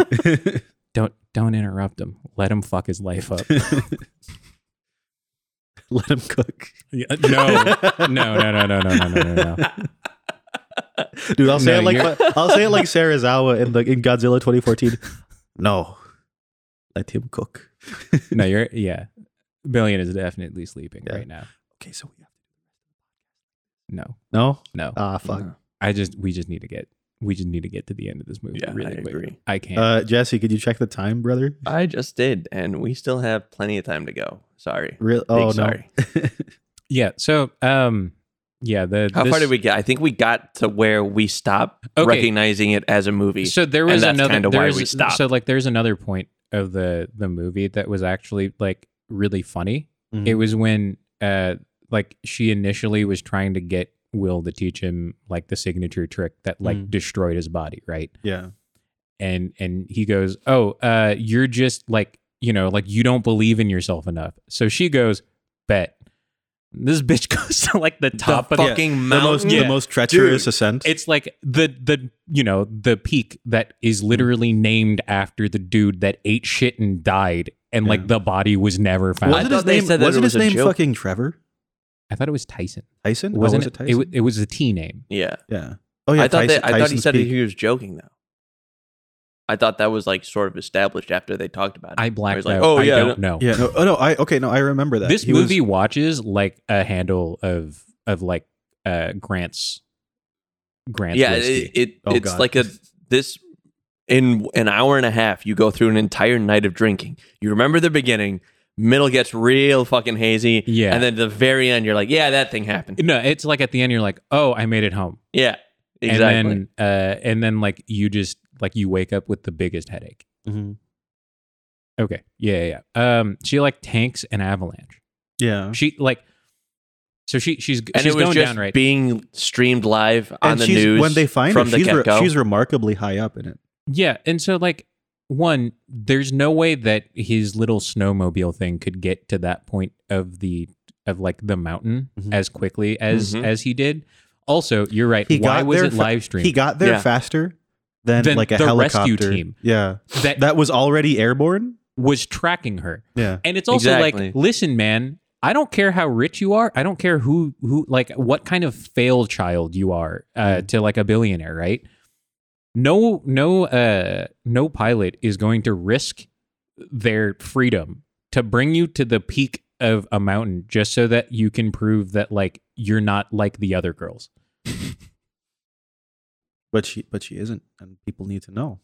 [SPEAKER 1] don't don't interrupt him. Let him fuck his life up.
[SPEAKER 3] let him cook.
[SPEAKER 1] Yeah, uh, No, no, no, no, no, no, no, no, no, no.
[SPEAKER 3] Dude, I'll say
[SPEAKER 1] No,
[SPEAKER 3] it like
[SPEAKER 1] you're-
[SPEAKER 3] I'll say it like Sarazawa in the in Godzilla 2014. No, let him cook.
[SPEAKER 1] No, you're yeah. Billion is definitely sleeping
[SPEAKER 3] Yeah.
[SPEAKER 1] right now.
[SPEAKER 3] Okay, so we have
[SPEAKER 1] No,
[SPEAKER 3] no.
[SPEAKER 1] no.
[SPEAKER 3] Ah, fuck.
[SPEAKER 1] I just we just need to get we just need to get to the end of this movie.
[SPEAKER 2] Yeah,
[SPEAKER 1] really
[SPEAKER 2] I
[SPEAKER 1] quick.
[SPEAKER 2] agree.
[SPEAKER 1] I can't.
[SPEAKER 3] Uh, Jesse, could you check the time, brother?
[SPEAKER 2] I just did, and we still have plenty of time to go. Sorry.
[SPEAKER 3] Real?
[SPEAKER 2] Big
[SPEAKER 3] Oh no.
[SPEAKER 2] sorry.
[SPEAKER 1] yeah. So um, yeah. The
[SPEAKER 2] How
[SPEAKER 1] this-
[SPEAKER 2] far did we get? I think we got to where we stopped
[SPEAKER 1] Okay.
[SPEAKER 2] recognizing it as a movie.
[SPEAKER 1] So there
[SPEAKER 2] And
[SPEAKER 1] was
[SPEAKER 2] that's
[SPEAKER 1] another.
[SPEAKER 2] kinda
[SPEAKER 1] there
[SPEAKER 2] why
[SPEAKER 1] was-
[SPEAKER 2] we stopped.
[SPEAKER 1] So like, there's another point of the the movie that was actually like really funny.
[SPEAKER 3] Mhm.
[SPEAKER 2] Mm-hmm.
[SPEAKER 1] It was when uh like she initially was trying to get Will to teach him like the signature trick that like
[SPEAKER 3] Mm.
[SPEAKER 1] destroyed his body, right?
[SPEAKER 3] Yeah.
[SPEAKER 1] and and he goes oh uh you're just like you know like you don't believe in yourself enough so she goes bet this bitch goes to like the top of the
[SPEAKER 2] fucking
[SPEAKER 3] The
[SPEAKER 2] mountain.
[SPEAKER 3] most
[SPEAKER 1] Yeah.
[SPEAKER 3] the most treacherous
[SPEAKER 2] Dude,
[SPEAKER 3] ascent.
[SPEAKER 1] it's like the the you know the peak that
[SPEAKER 2] Hmm.
[SPEAKER 1] is literally named after the dude that ate shit and died and
[SPEAKER 3] Yeah.
[SPEAKER 1] like the body was never found
[SPEAKER 2] I
[SPEAKER 3] wasn't
[SPEAKER 2] thought
[SPEAKER 3] his
[SPEAKER 2] they
[SPEAKER 3] name,
[SPEAKER 2] said that
[SPEAKER 3] wasn't
[SPEAKER 2] it was
[SPEAKER 3] his
[SPEAKER 2] a
[SPEAKER 3] name
[SPEAKER 2] joke.
[SPEAKER 3] fucking Trevor
[SPEAKER 1] i thought it was tyson
[SPEAKER 2] Oh,
[SPEAKER 3] Tyson? Or
[SPEAKER 1] wasn't
[SPEAKER 3] was it
[SPEAKER 1] it
[SPEAKER 3] Tyson?
[SPEAKER 1] it, wa- it was a t name
[SPEAKER 2] yeah.
[SPEAKER 3] yeah. Oh yeah.
[SPEAKER 2] I thought
[SPEAKER 3] Tyson,
[SPEAKER 2] that, I thought he
[SPEAKER 3] Tyson's
[SPEAKER 2] said
[SPEAKER 3] Peak.
[SPEAKER 2] he was joking though. I thought that was like sort of established after they talked about it.
[SPEAKER 1] i
[SPEAKER 2] I
[SPEAKER 1] blacked
[SPEAKER 2] was like,
[SPEAKER 1] out
[SPEAKER 2] oh,
[SPEAKER 1] i
[SPEAKER 2] yeah,
[SPEAKER 1] don't know
[SPEAKER 3] Yeah. No, oh no. I okay. No, I remember that.
[SPEAKER 1] this
[SPEAKER 3] He was-
[SPEAKER 1] movie watches like a handle of of like uh grants grants
[SPEAKER 2] yeah,
[SPEAKER 1] whiskey.
[SPEAKER 2] it, it
[SPEAKER 3] Oh,
[SPEAKER 2] it's
[SPEAKER 3] God.
[SPEAKER 2] like a this in an hour and a half you go through an entire night of drinking. You remember the beginning, middle gets real fucking hazy,
[SPEAKER 1] Yeah.
[SPEAKER 2] and then the very end you're like, yeah, that thing happened.
[SPEAKER 1] no, it's like at the end you're like, oh, I made it home,
[SPEAKER 2] Yeah, exactly.
[SPEAKER 1] and then uh, and then like you just like you wake up with the biggest headache.
[SPEAKER 2] Mm-hmm.
[SPEAKER 3] Mhm.
[SPEAKER 1] Okay, yeah, yeah, yeah. Um, she like tanks an avalanche.
[SPEAKER 3] Yeah.
[SPEAKER 1] She like, so she she's
[SPEAKER 2] and
[SPEAKER 1] she's
[SPEAKER 2] it was
[SPEAKER 1] going
[SPEAKER 2] just
[SPEAKER 1] down right.
[SPEAKER 2] being streamed live on
[SPEAKER 3] and
[SPEAKER 2] the
[SPEAKER 3] she's,
[SPEAKER 2] news
[SPEAKER 3] when they find
[SPEAKER 2] from
[SPEAKER 3] her,
[SPEAKER 2] the
[SPEAKER 3] she's, re-
[SPEAKER 2] get-go.
[SPEAKER 3] she's remarkably high up in it.
[SPEAKER 1] yeah, and so like one, there's no way that his little snowmobile thing could get to that point of the of like the mountain
[SPEAKER 3] Mhm.
[SPEAKER 1] as quickly as
[SPEAKER 2] Mhm.
[SPEAKER 1] as he did. Also, you're right.
[SPEAKER 3] He
[SPEAKER 1] why
[SPEAKER 3] got
[SPEAKER 1] was
[SPEAKER 3] there
[SPEAKER 1] it
[SPEAKER 3] fa-
[SPEAKER 1] live streamed?
[SPEAKER 3] He got there
[SPEAKER 2] Yeah.
[SPEAKER 3] faster than,
[SPEAKER 1] Than
[SPEAKER 3] like a
[SPEAKER 1] the rescue
[SPEAKER 3] helicopter.
[SPEAKER 1] team.
[SPEAKER 3] Yeah.
[SPEAKER 1] that
[SPEAKER 3] That was already airborne.
[SPEAKER 1] was tracking her.
[SPEAKER 3] Yeah.
[SPEAKER 1] And it's also
[SPEAKER 2] Exactly.
[SPEAKER 1] like, listen, man, I don't care how rich you are. I don't care who who like what kind of failed child you are uh, to like a billionaire, right? No, no, uh, no pilot is going to risk their freedom to bring you to the peak of a mountain just so that you can prove that like you're not like the other girls.
[SPEAKER 3] But she, but she isn't, and people need to know.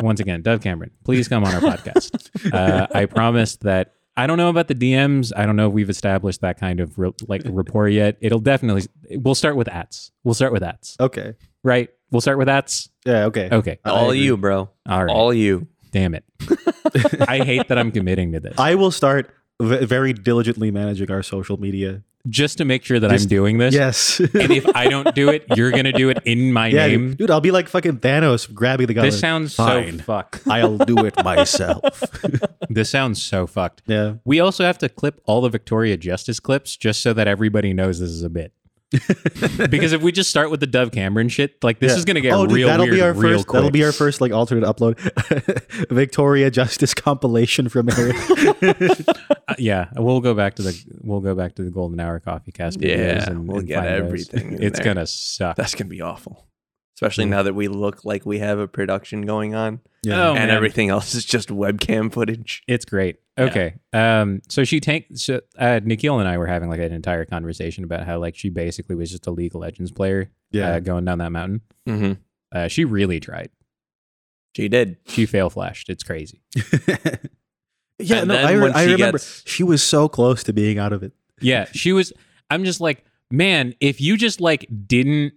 [SPEAKER 1] Once again, Dove Cameron, please come on our podcast. Uh, I promised that I don't know about the DMs. I don't know if we've established that kind of re- like rapport yet. It'll definitely. We'll start with ats. We'll start with ats.
[SPEAKER 3] Okay.
[SPEAKER 1] Right. We'll start with ats.
[SPEAKER 3] Yeah. Okay.
[SPEAKER 1] Okay.
[SPEAKER 3] I
[SPEAKER 2] all
[SPEAKER 3] agree.
[SPEAKER 2] you, bro.
[SPEAKER 1] All right.
[SPEAKER 2] All you.
[SPEAKER 1] Damn it. I hate that I'm committing to this.
[SPEAKER 3] I will start v- very diligently managing our social media.
[SPEAKER 1] just to make sure that
[SPEAKER 3] Just-
[SPEAKER 1] I'm doing this.
[SPEAKER 3] Yes.
[SPEAKER 1] And if I don't do it, you're gonna do it in my
[SPEAKER 3] yeah,
[SPEAKER 1] name.
[SPEAKER 3] dude. I'll be like fucking Thanos grabbing the gun.
[SPEAKER 1] This sounds
[SPEAKER 3] Fine.
[SPEAKER 1] so fuck.
[SPEAKER 3] I'll do it myself.
[SPEAKER 1] This sounds so fucked.
[SPEAKER 3] yeah.
[SPEAKER 1] We also have to clip all the Victoria Justice clips just so that everybody knows this is a bit. because if we just start with the Dove Cameron shit, like this
[SPEAKER 3] Yeah.
[SPEAKER 1] is gonna get
[SPEAKER 3] Oh, dude,
[SPEAKER 1] real
[SPEAKER 3] that'll
[SPEAKER 1] weird
[SPEAKER 3] be our
[SPEAKER 1] real
[SPEAKER 3] first.
[SPEAKER 1] quick.
[SPEAKER 3] That'll be our first like alternate upload. Victoria Justice compilation from Eric.
[SPEAKER 1] Uh, yeah, we'll go back to the we'll go back to the Golden Hour Coffee Cast. videos
[SPEAKER 2] Yeah,
[SPEAKER 1] and,
[SPEAKER 2] we'll
[SPEAKER 1] and
[SPEAKER 2] get
[SPEAKER 1] find those.
[SPEAKER 2] everything in
[SPEAKER 1] It's
[SPEAKER 2] there.
[SPEAKER 1] gonna suck.
[SPEAKER 2] That's gonna be awful.
[SPEAKER 3] Mm.
[SPEAKER 2] Especially now that we look like we have a production going on
[SPEAKER 1] Yeah. Oh,
[SPEAKER 2] and
[SPEAKER 1] man.
[SPEAKER 2] everything else is just webcam footage.
[SPEAKER 1] It's great.
[SPEAKER 2] Yeah.
[SPEAKER 1] Okay. Um. So she tank. So uh, Nikhil and I were having like an entire conversation about how like she basically was just a League of Legends player.
[SPEAKER 3] Yeah.
[SPEAKER 1] Uh, going down that mountain.
[SPEAKER 2] Mm-hmm.
[SPEAKER 1] Uh, she really tried.
[SPEAKER 2] She did.
[SPEAKER 1] She fail flashed. It's crazy.
[SPEAKER 3] yeah.
[SPEAKER 2] And
[SPEAKER 3] no,
[SPEAKER 2] then
[SPEAKER 3] I, re-
[SPEAKER 2] when
[SPEAKER 3] I
[SPEAKER 2] she
[SPEAKER 3] remember
[SPEAKER 2] gets-
[SPEAKER 3] she was so close to being out of it.
[SPEAKER 1] Yeah, she was. I'm just like, man, if you just like didn't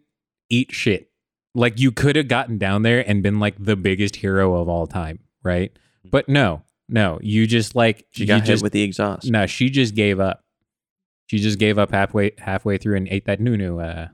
[SPEAKER 1] eat shit, like you could have gotten down there and been like the biggest hero of all time, right? But no, no, you just like
[SPEAKER 2] She
[SPEAKER 1] you
[SPEAKER 2] got hit
[SPEAKER 1] just,
[SPEAKER 2] with the exhaust.
[SPEAKER 1] No, she just gave up. She just gave up halfway halfway through and ate that nunu. Uh,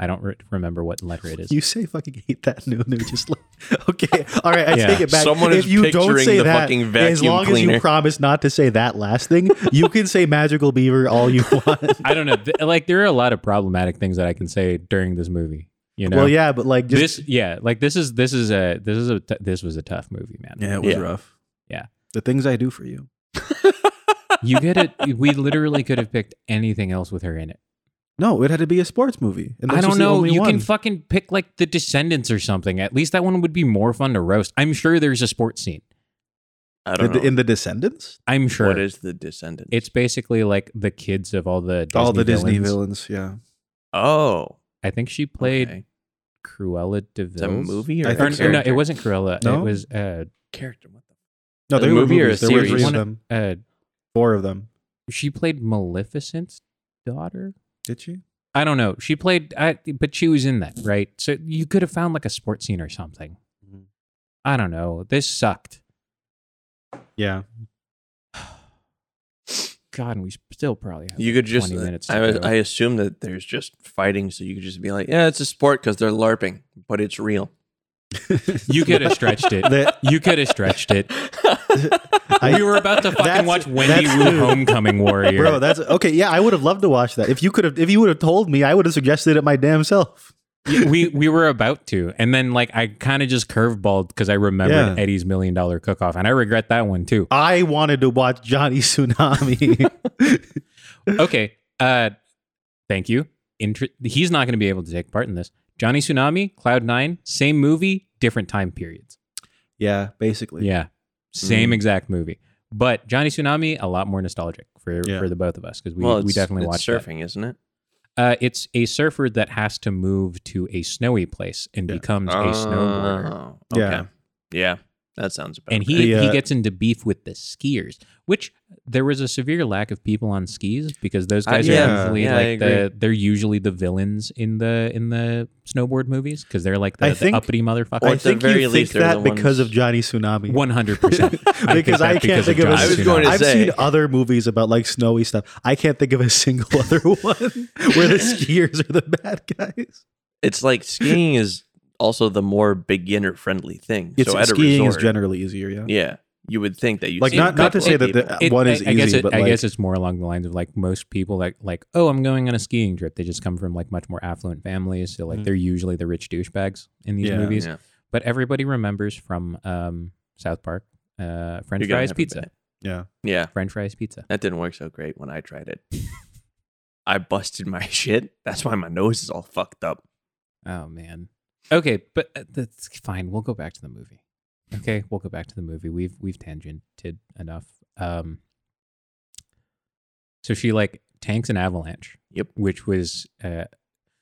[SPEAKER 1] I don't re- remember what letter it is.
[SPEAKER 3] You say fucking hate that no no just like okay all right I
[SPEAKER 1] Yeah.
[SPEAKER 3] take it back
[SPEAKER 2] Someone
[SPEAKER 3] if
[SPEAKER 2] is
[SPEAKER 3] you don't
[SPEAKER 2] picturing
[SPEAKER 3] say
[SPEAKER 2] the
[SPEAKER 3] that
[SPEAKER 2] fucking
[SPEAKER 3] as
[SPEAKER 2] vacuum
[SPEAKER 3] long as you
[SPEAKER 2] cleaner.
[SPEAKER 3] promise not to say that last thing you can say magical beaver all you want
[SPEAKER 1] I don't know. Th- like there are a lot of problematic things that I can say during this movie. You know.
[SPEAKER 3] well yeah but like just
[SPEAKER 1] this yeah, like this is this is a this is a t- this was a tough movie, man.
[SPEAKER 3] yeah it
[SPEAKER 2] was Yeah.
[SPEAKER 3] rough
[SPEAKER 1] Yeah.
[SPEAKER 3] the things I do for you
[SPEAKER 1] You get it. We literally could have picked anything else with her in it.
[SPEAKER 3] No, it had to be a sports movie. And
[SPEAKER 1] I
[SPEAKER 3] that's
[SPEAKER 1] don't
[SPEAKER 3] just the
[SPEAKER 1] know.
[SPEAKER 3] only
[SPEAKER 1] You can
[SPEAKER 3] one.
[SPEAKER 1] fucking pick like The Descendants or something. At least that one would be more fun to roast. I'm sure there's a sports scene.
[SPEAKER 2] I don't know.
[SPEAKER 3] in the Descendants.
[SPEAKER 1] I'm sure.
[SPEAKER 2] What is the descendant?
[SPEAKER 1] It's basically like the kids of all the Disney
[SPEAKER 3] All the Disney
[SPEAKER 1] villains.
[SPEAKER 3] villains. Yeah,
[SPEAKER 2] oh
[SPEAKER 1] I think she played
[SPEAKER 2] okay.
[SPEAKER 1] Cruella De Vil.
[SPEAKER 2] It's a movie or
[SPEAKER 3] I
[SPEAKER 2] a
[SPEAKER 1] Or,
[SPEAKER 3] think so.
[SPEAKER 1] or no, it
[SPEAKER 2] character?
[SPEAKER 1] wasn't Cruella.
[SPEAKER 3] No?
[SPEAKER 1] It was uh,
[SPEAKER 2] character. What the
[SPEAKER 3] no,
[SPEAKER 2] A
[SPEAKER 3] there were
[SPEAKER 2] movie or a
[SPEAKER 3] movies. There were three
[SPEAKER 2] series?
[SPEAKER 3] of
[SPEAKER 1] One-
[SPEAKER 3] them.
[SPEAKER 1] uh
[SPEAKER 3] Four of them.
[SPEAKER 1] she played Maleficent's daughter.
[SPEAKER 3] Did she?
[SPEAKER 1] I don't know. She played, I, but she was in that, right? So you could have found like a sports scene or something.
[SPEAKER 2] Mm-hmm.
[SPEAKER 3] Mhm.
[SPEAKER 1] I don't know. This sucked.
[SPEAKER 3] Yeah.
[SPEAKER 1] God, and we still probably have.
[SPEAKER 2] You could just. uh,
[SPEAKER 1] 20 minutes to
[SPEAKER 2] I,
[SPEAKER 1] go.
[SPEAKER 2] I assume that there's just fighting, so you could just be like, "Yeah, it's a sport because they're larping, but it's real."
[SPEAKER 1] you could have stretched it.
[SPEAKER 3] That-
[SPEAKER 1] You could have stretched it.
[SPEAKER 3] I-
[SPEAKER 1] we were about to fucking
[SPEAKER 3] That's-
[SPEAKER 1] watch Wendy
[SPEAKER 3] that's
[SPEAKER 1] Wu
[SPEAKER 3] new.
[SPEAKER 1] Homecoming Warrior.
[SPEAKER 3] Bro, that's okay. Yeah, I would have loved to watch that. If you could have, if you would have told me, I would have suggested it my damn self.
[SPEAKER 1] Yeah, we we were about to, and then like I kind of just curveballed because I remembered
[SPEAKER 3] Yeah.
[SPEAKER 1] Eddie's million dollar cook off, and I regret that one too.
[SPEAKER 3] I wanted to watch Johnny Tsunami.
[SPEAKER 1] okay, uh, thank you. Inter- he's not going to be able to take part in this. Johnny Tsunami, Cloud Nine, same movie, different time periods.
[SPEAKER 3] yeah, basically.
[SPEAKER 1] Yeah, same
[SPEAKER 2] Mm.
[SPEAKER 1] exact movie, but Johnny Tsunami a lot more nostalgic for
[SPEAKER 3] Yeah.
[SPEAKER 1] for the both of us because we
[SPEAKER 2] well,
[SPEAKER 1] we
[SPEAKER 2] it's-
[SPEAKER 1] definitely watched
[SPEAKER 2] it's
[SPEAKER 1] that.
[SPEAKER 2] surfing, is isn't it?
[SPEAKER 1] Uh, it's a surfer that has to move to a snowy place and
[SPEAKER 3] Yeah.
[SPEAKER 1] becomes a snowboarder.
[SPEAKER 2] Oh, okay.
[SPEAKER 3] Yeah.
[SPEAKER 2] Yeah, yeah, that sounds about.
[SPEAKER 1] and he
[SPEAKER 3] The,
[SPEAKER 1] he
[SPEAKER 3] uh,
[SPEAKER 1] gets into beef with the skiers, which there was a severe lack of people on skis because those
[SPEAKER 2] I-
[SPEAKER 1] guys
[SPEAKER 3] yeah,
[SPEAKER 1] are usually
[SPEAKER 2] yeah, I
[SPEAKER 1] like the they're usually the villains in the in the snowboard movies because they're like
[SPEAKER 3] I
[SPEAKER 1] the,
[SPEAKER 3] think-
[SPEAKER 1] the uppity
[SPEAKER 3] I
[SPEAKER 1] motherfuckers.
[SPEAKER 2] the
[SPEAKER 3] think
[SPEAKER 2] very
[SPEAKER 3] you think
[SPEAKER 2] least, they're
[SPEAKER 3] that
[SPEAKER 2] the
[SPEAKER 3] because of
[SPEAKER 2] ones-
[SPEAKER 3] Johnny Tsunami.
[SPEAKER 1] One hundred percent.
[SPEAKER 3] because I, can't think of. a
[SPEAKER 2] Johnny I was going to
[SPEAKER 3] I've
[SPEAKER 2] say-
[SPEAKER 3] seen other movies about like snowy stuff. I can't think of a single other one where the skiers are the bad guys.
[SPEAKER 2] It's like skiing is also the more beginner friendly thing.
[SPEAKER 3] It's
[SPEAKER 2] so at
[SPEAKER 3] skiing
[SPEAKER 2] a
[SPEAKER 3] is
[SPEAKER 2] resort,
[SPEAKER 3] generally easier. Yeah.
[SPEAKER 2] yeah, you would think that you
[SPEAKER 3] Like
[SPEAKER 1] It
[SPEAKER 3] not not to say that the,
[SPEAKER 1] It-
[SPEAKER 3] one is
[SPEAKER 1] I, I guess
[SPEAKER 3] easy,
[SPEAKER 1] it,
[SPEAKER 3] but
[SPEAKER 1] I
[SPEAKER 3] like
[SPEAKER 1] guess it's more along the lines of like most people like like oh I'm going on a skiing trip. They just come from like much more affluent families, so like
[SPEAKER 3] Mhm.
[SPEAKER 1] they're usually the rich douchebags in these
[SPEAKER 3] Yeah.
[SPEAKER 1] movies.
[SPEAKER 2] Yeah.
[SPEAKER 1] But everybody remembers from um, South Park, uh, French
[SPEAKER 2] You're gonna
[SPEAKER 1] fries
[SPEAKER 2] have a
[SPEAKER 1] pizza.
[SPEAKER 2] bad-
[SPEAKER 3] yeah.
[SPEAKER 2] Yeah,
[SPEAKER 1] French fries pizza.
[SPEAKER 2] that didn't work so great when I tried it. I busted my shit. That's why my nose is all fucked up.
[SPEAKER 1] Oh man. Okay, but uh, that's fine. We'll go back to the movie. Okay, we'll go back to the movie. We've we've tangented enough. Um. So she like tanks an avalanche.
[SPEAKER 2] Yep.
[SPEAKER 1] Which was uh,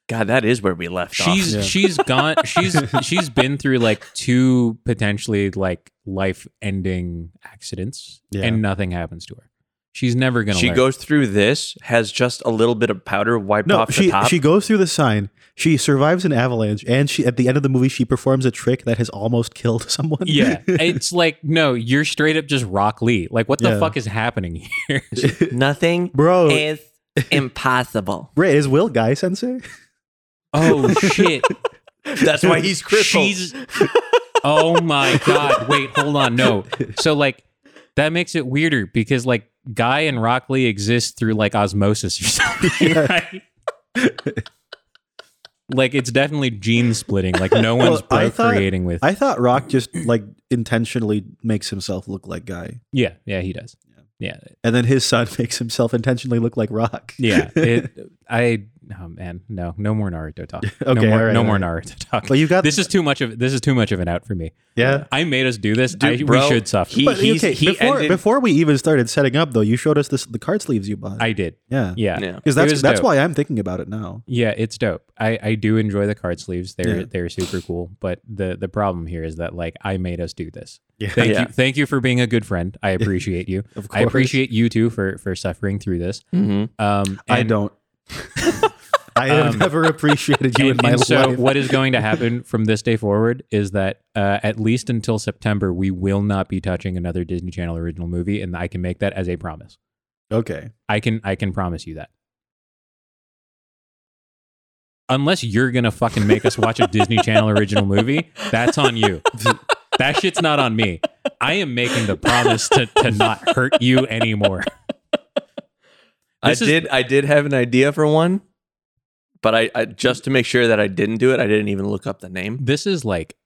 [SPEAKER 2] God, that is where we left off.
[SPEAKER 1] she's
[SPEAKER 3] Yeah.
[SPEAKER 1] she's gone. She's she's been through like two potentially like life ending accidents,
[SPEAKER 3] Yeah.
[SPEAKER 1] and nothing happens to her. She's never gonna.
[SPEAKER 2] She
[SPEAKER 1] learn.
[SPEAKER 2] goes through this, has just a little bit of powder wiped
[SPEAKER 3] No,
[SPEAKER 2] off
[SPEAKER 3] she
[SPEAKER 2] the top.
[SPEAKER 3] she goes through the sign. She survives an avalanche, and she at the end of the movie she performs a trick that has almost killed someone.
[SPEAKER 1] Yeah, it's like no, you're straight up just Rock Lee. Like, what the
[SPEAKER 3] Yeah.
[SPEAKER 1] fuck is happening here?
[SPEAKER 2] Nothing
[SPEAKER 3] bro.
[SPEAKER 2] is impossible.
[SPEAKER 3] Ray, is Will Guy Sensei?
[SPEAKER 1] Oh shit!
[SPEAKER 2] That's why he's crippled.
[SPEAKER 1] She's. Oh my god! Wait, hold on. No, so like that makes it weirder because like Guy and Rock Lee exist through like osmosis or something,
[SPEAKER 3] Yeah.
[SPEAKER 1] right? like it's definitely gene splitting. Like no one's
[SPEAKER 3] Well, I thought-
[SPEAKER 1] procreating with.
[SPEAKER 3] I thought Rock just like intentionally makes himself look like Guy,
[SPEAKER 1] yeah, yeah, he does. Yeah,
[SPEAKER 3] and then his son makes himself intentionally look like Rock.
[SPEAKER 1] yeah. It, I oh man, no, no more Naruto talk. no
[SPEAKER 3] Okay,
[SPEAKER 1] more,
[SPEAKER 3] alright,
[SPEAKER 1] no more
[SPEAKER 3] alright.
[SPEAKER 1] Naruto talk.
[SPEAKER 3] But you got
[SPEAKER 1] this is too much of this is too much of an out for me.
[SPEAKER 3] yeah.
[SPEAKER 1] I made us do this.
[SPEAKER 2] Dude,
[SPEAKER 1] I,
[SPEAKER 2] bro,
[SPEAKER 1] we should suffer.
[SPEAKER 2] he-
[SPEAKER 3] But
[SPEAKER 2] he's-
[SPEAKER 3] okay,
[SPEAKER 2] he
[SPEAKER 3] before
[SPEAKER 2] ended-
[SPEAKER 3] before we even started setting up though, you showed us this the card sleeves you bought.
[SPEAKER 1] I did.
[SPEAKER 3] yeah,
[SPEAKER 1] Yeah.
[SPEAKER 2] yeah.
[SPEAKER 3] because
[SPEAKER 1] It
[SPEAKER 3] that's
[SPEAKER 1] was
[SPEAKER 3] that's
[SPEAKER 1] dope.
[SPEAKER 3] why I'm thinking about it now.
[SPEAKER 1] Yeah, it's dope. I, I do enjoy the card sleeves. They're
[SPEAKER 3] Yeah.
[SPEAKER 1] they're super cool. But the the problem here is that like I made us do this. Thank
[SPEAKER 2] Yeah.
[SPEAKER 1] you thank you for being a good friend. I appreciate you.
[SPEAKER 3] Of
[SPEAKER 1] I
[SPEAKER 3] course,
[SPEAKER 1] appreciate you too for for suffering through this.
[SPEAKER 2] Mhm.
[SPEAKER 1] Um
[SPEAKER 3] I
[SPEAKER 1] and-
[SPEAKER 3] don't. I have
[SPEAKER 1] Um,
[SPEAKER 3] never appreciated you
[SPEAKER 1] and,
[SPEAKER 3] in my
[SPEAKER 1] and so
[SPEAKER 3] life.
[SPEAKER 1] what is going to happen from this day forward is that uh, at least until September we will not be touching another Disney Channel original movie and I can make that as a promise.
[SPEAKER 3] okay.
[SPEAKER 1] I can I can promise you that. Unless you're gonna fucking make us watch a Disney Channel original movie, that's on you. That shit's not on me. I am making the promise to to not hurt you anymore.
[SPEAKER 2] I
[SPEAKER 1] This is-
[SPEAKER 2] did. I did have an idea for one, but I, I just to make sure that I didn't do it, I didn't even look up the name.
[SPEAKER 1] This is like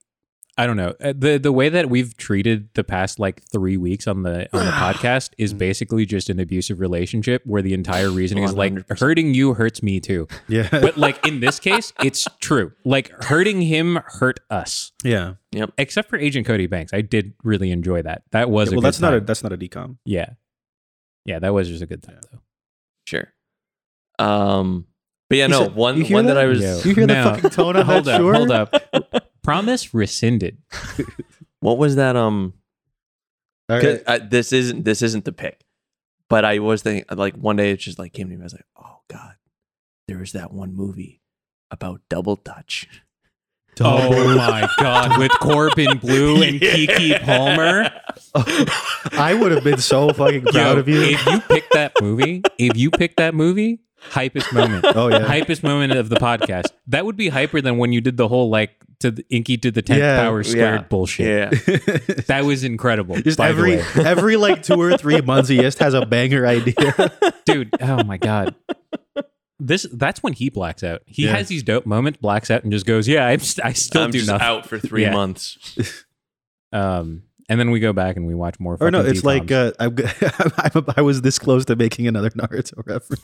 [SPEAKER 1] I don't know. Uh, The the way that we've treated the past like 3 weeks on the on the podcast is basically just an abusive relationship where the entire reasoning is like
[SPEAKER 2] 100%.
[SPEAKER 1] hurting you hurts me too.
[SPEAKER 3] Yeah.
[SPEAKER 1] But like in this case, it's true. Like hurting him hurt us.
[SPEAKER 3] yeah.
[SPEAKER 1] Except for Agent Cody Banks. I did really enjoy that. That was a
[SPEAKER 3] well,
[SPEAKER 1] good
[SPEAKER 3] that's not a
[SPEAKER 1] time.
[SPEAKER 3] that's not a decom.
[SPEAKER 1] Yeah. Yeah, that was just a good time though.
[SPEAKER 2] Sure. Um, but yeah,
[SPEAKER 3] You
[SPEAKER 2] no
[SPEAKER 3] said-
[SPEAKER 2] one
[SPEAKER 3] you hear
[SPEAKER 2] one that,
[SPEAKER 3] that?
[SPEAKER 2] I was
[SPEAKER 1] Yo.
[SPEAKER 3] You hear
[SPEAKER 1] No.
[SPEAKER 3] the fucking tone on
[SPEAKER 1] hold
[SPEAKER 3] that
[SPEAKER 1] up,
[SPEAKER 3] shore?
[SPEAKER 1] hold up. Promise rescinded.
[SPEAKER 2] what was that um
[SPEAKER 3] All
[SPEAKER 2] 'cause,
[SPEAKER 3] right.
[SPEAKER 2] uh, this isn't this isn't the pick, but I was thinking like one day it just like came to me I was like oh god there was that one movie about double touch
[SPEAKER 1] Oh my god, with Corbin Blue and Kiki Palmer.
[SPEAKER 3] I would have been so fucking proud
[SPEAKER 1] Yo,
[SPEAKER 3] of you.
[SPEAKER 1] If you pick that movie, if you pick that movie, hypest moment.
[SPEAKER 3] Oh yeah.
[SPEAKER 1] Hypest moment of the podcast. That would be hyper than when you did the whole like to the inky to the tenth
[SPEAKER 3] Yeah,
[SPEAKER 1] power squared
[SPEAKER 2] yeah,
[SPEAKER 1] bullshit.
[SPEAKER 2] yeah
[SPEAKER 1] That was incredible.
[SPEAKER 3] Just
[SPEAKER 1] by the
[SPEAKER 3] every
[SPEAKER 1] way.
[SPEAKER 3] every like two or three months, he just has a banger idea.
[SPEAKER 1] dude oh my god this that's when he blacks out he
[SPEAKER 3] Yeah.
[SPEAKER 1] has these dope moments blacks out and just goes yeah I'm st- i still
[SPEAKER 2] I'm
[SPEAKER 1] do
[SPEAKER 2] just
[SPEAKER 1] nothing
[SPEAKER 2] out for three
[SPEAKER 1] Yeah.
[SPEAKER 2] months
[SPEAKER 1] um and then we go back and we watch more
[SPEAKER 3] or no,
[SPEAKER 1] fucking
[SPEAKER 3] it's like
[SPEAKER 1] DComs.
[SPEAKER 3] uh, I'm, g- I'm, I was this close to making another Naruto reference.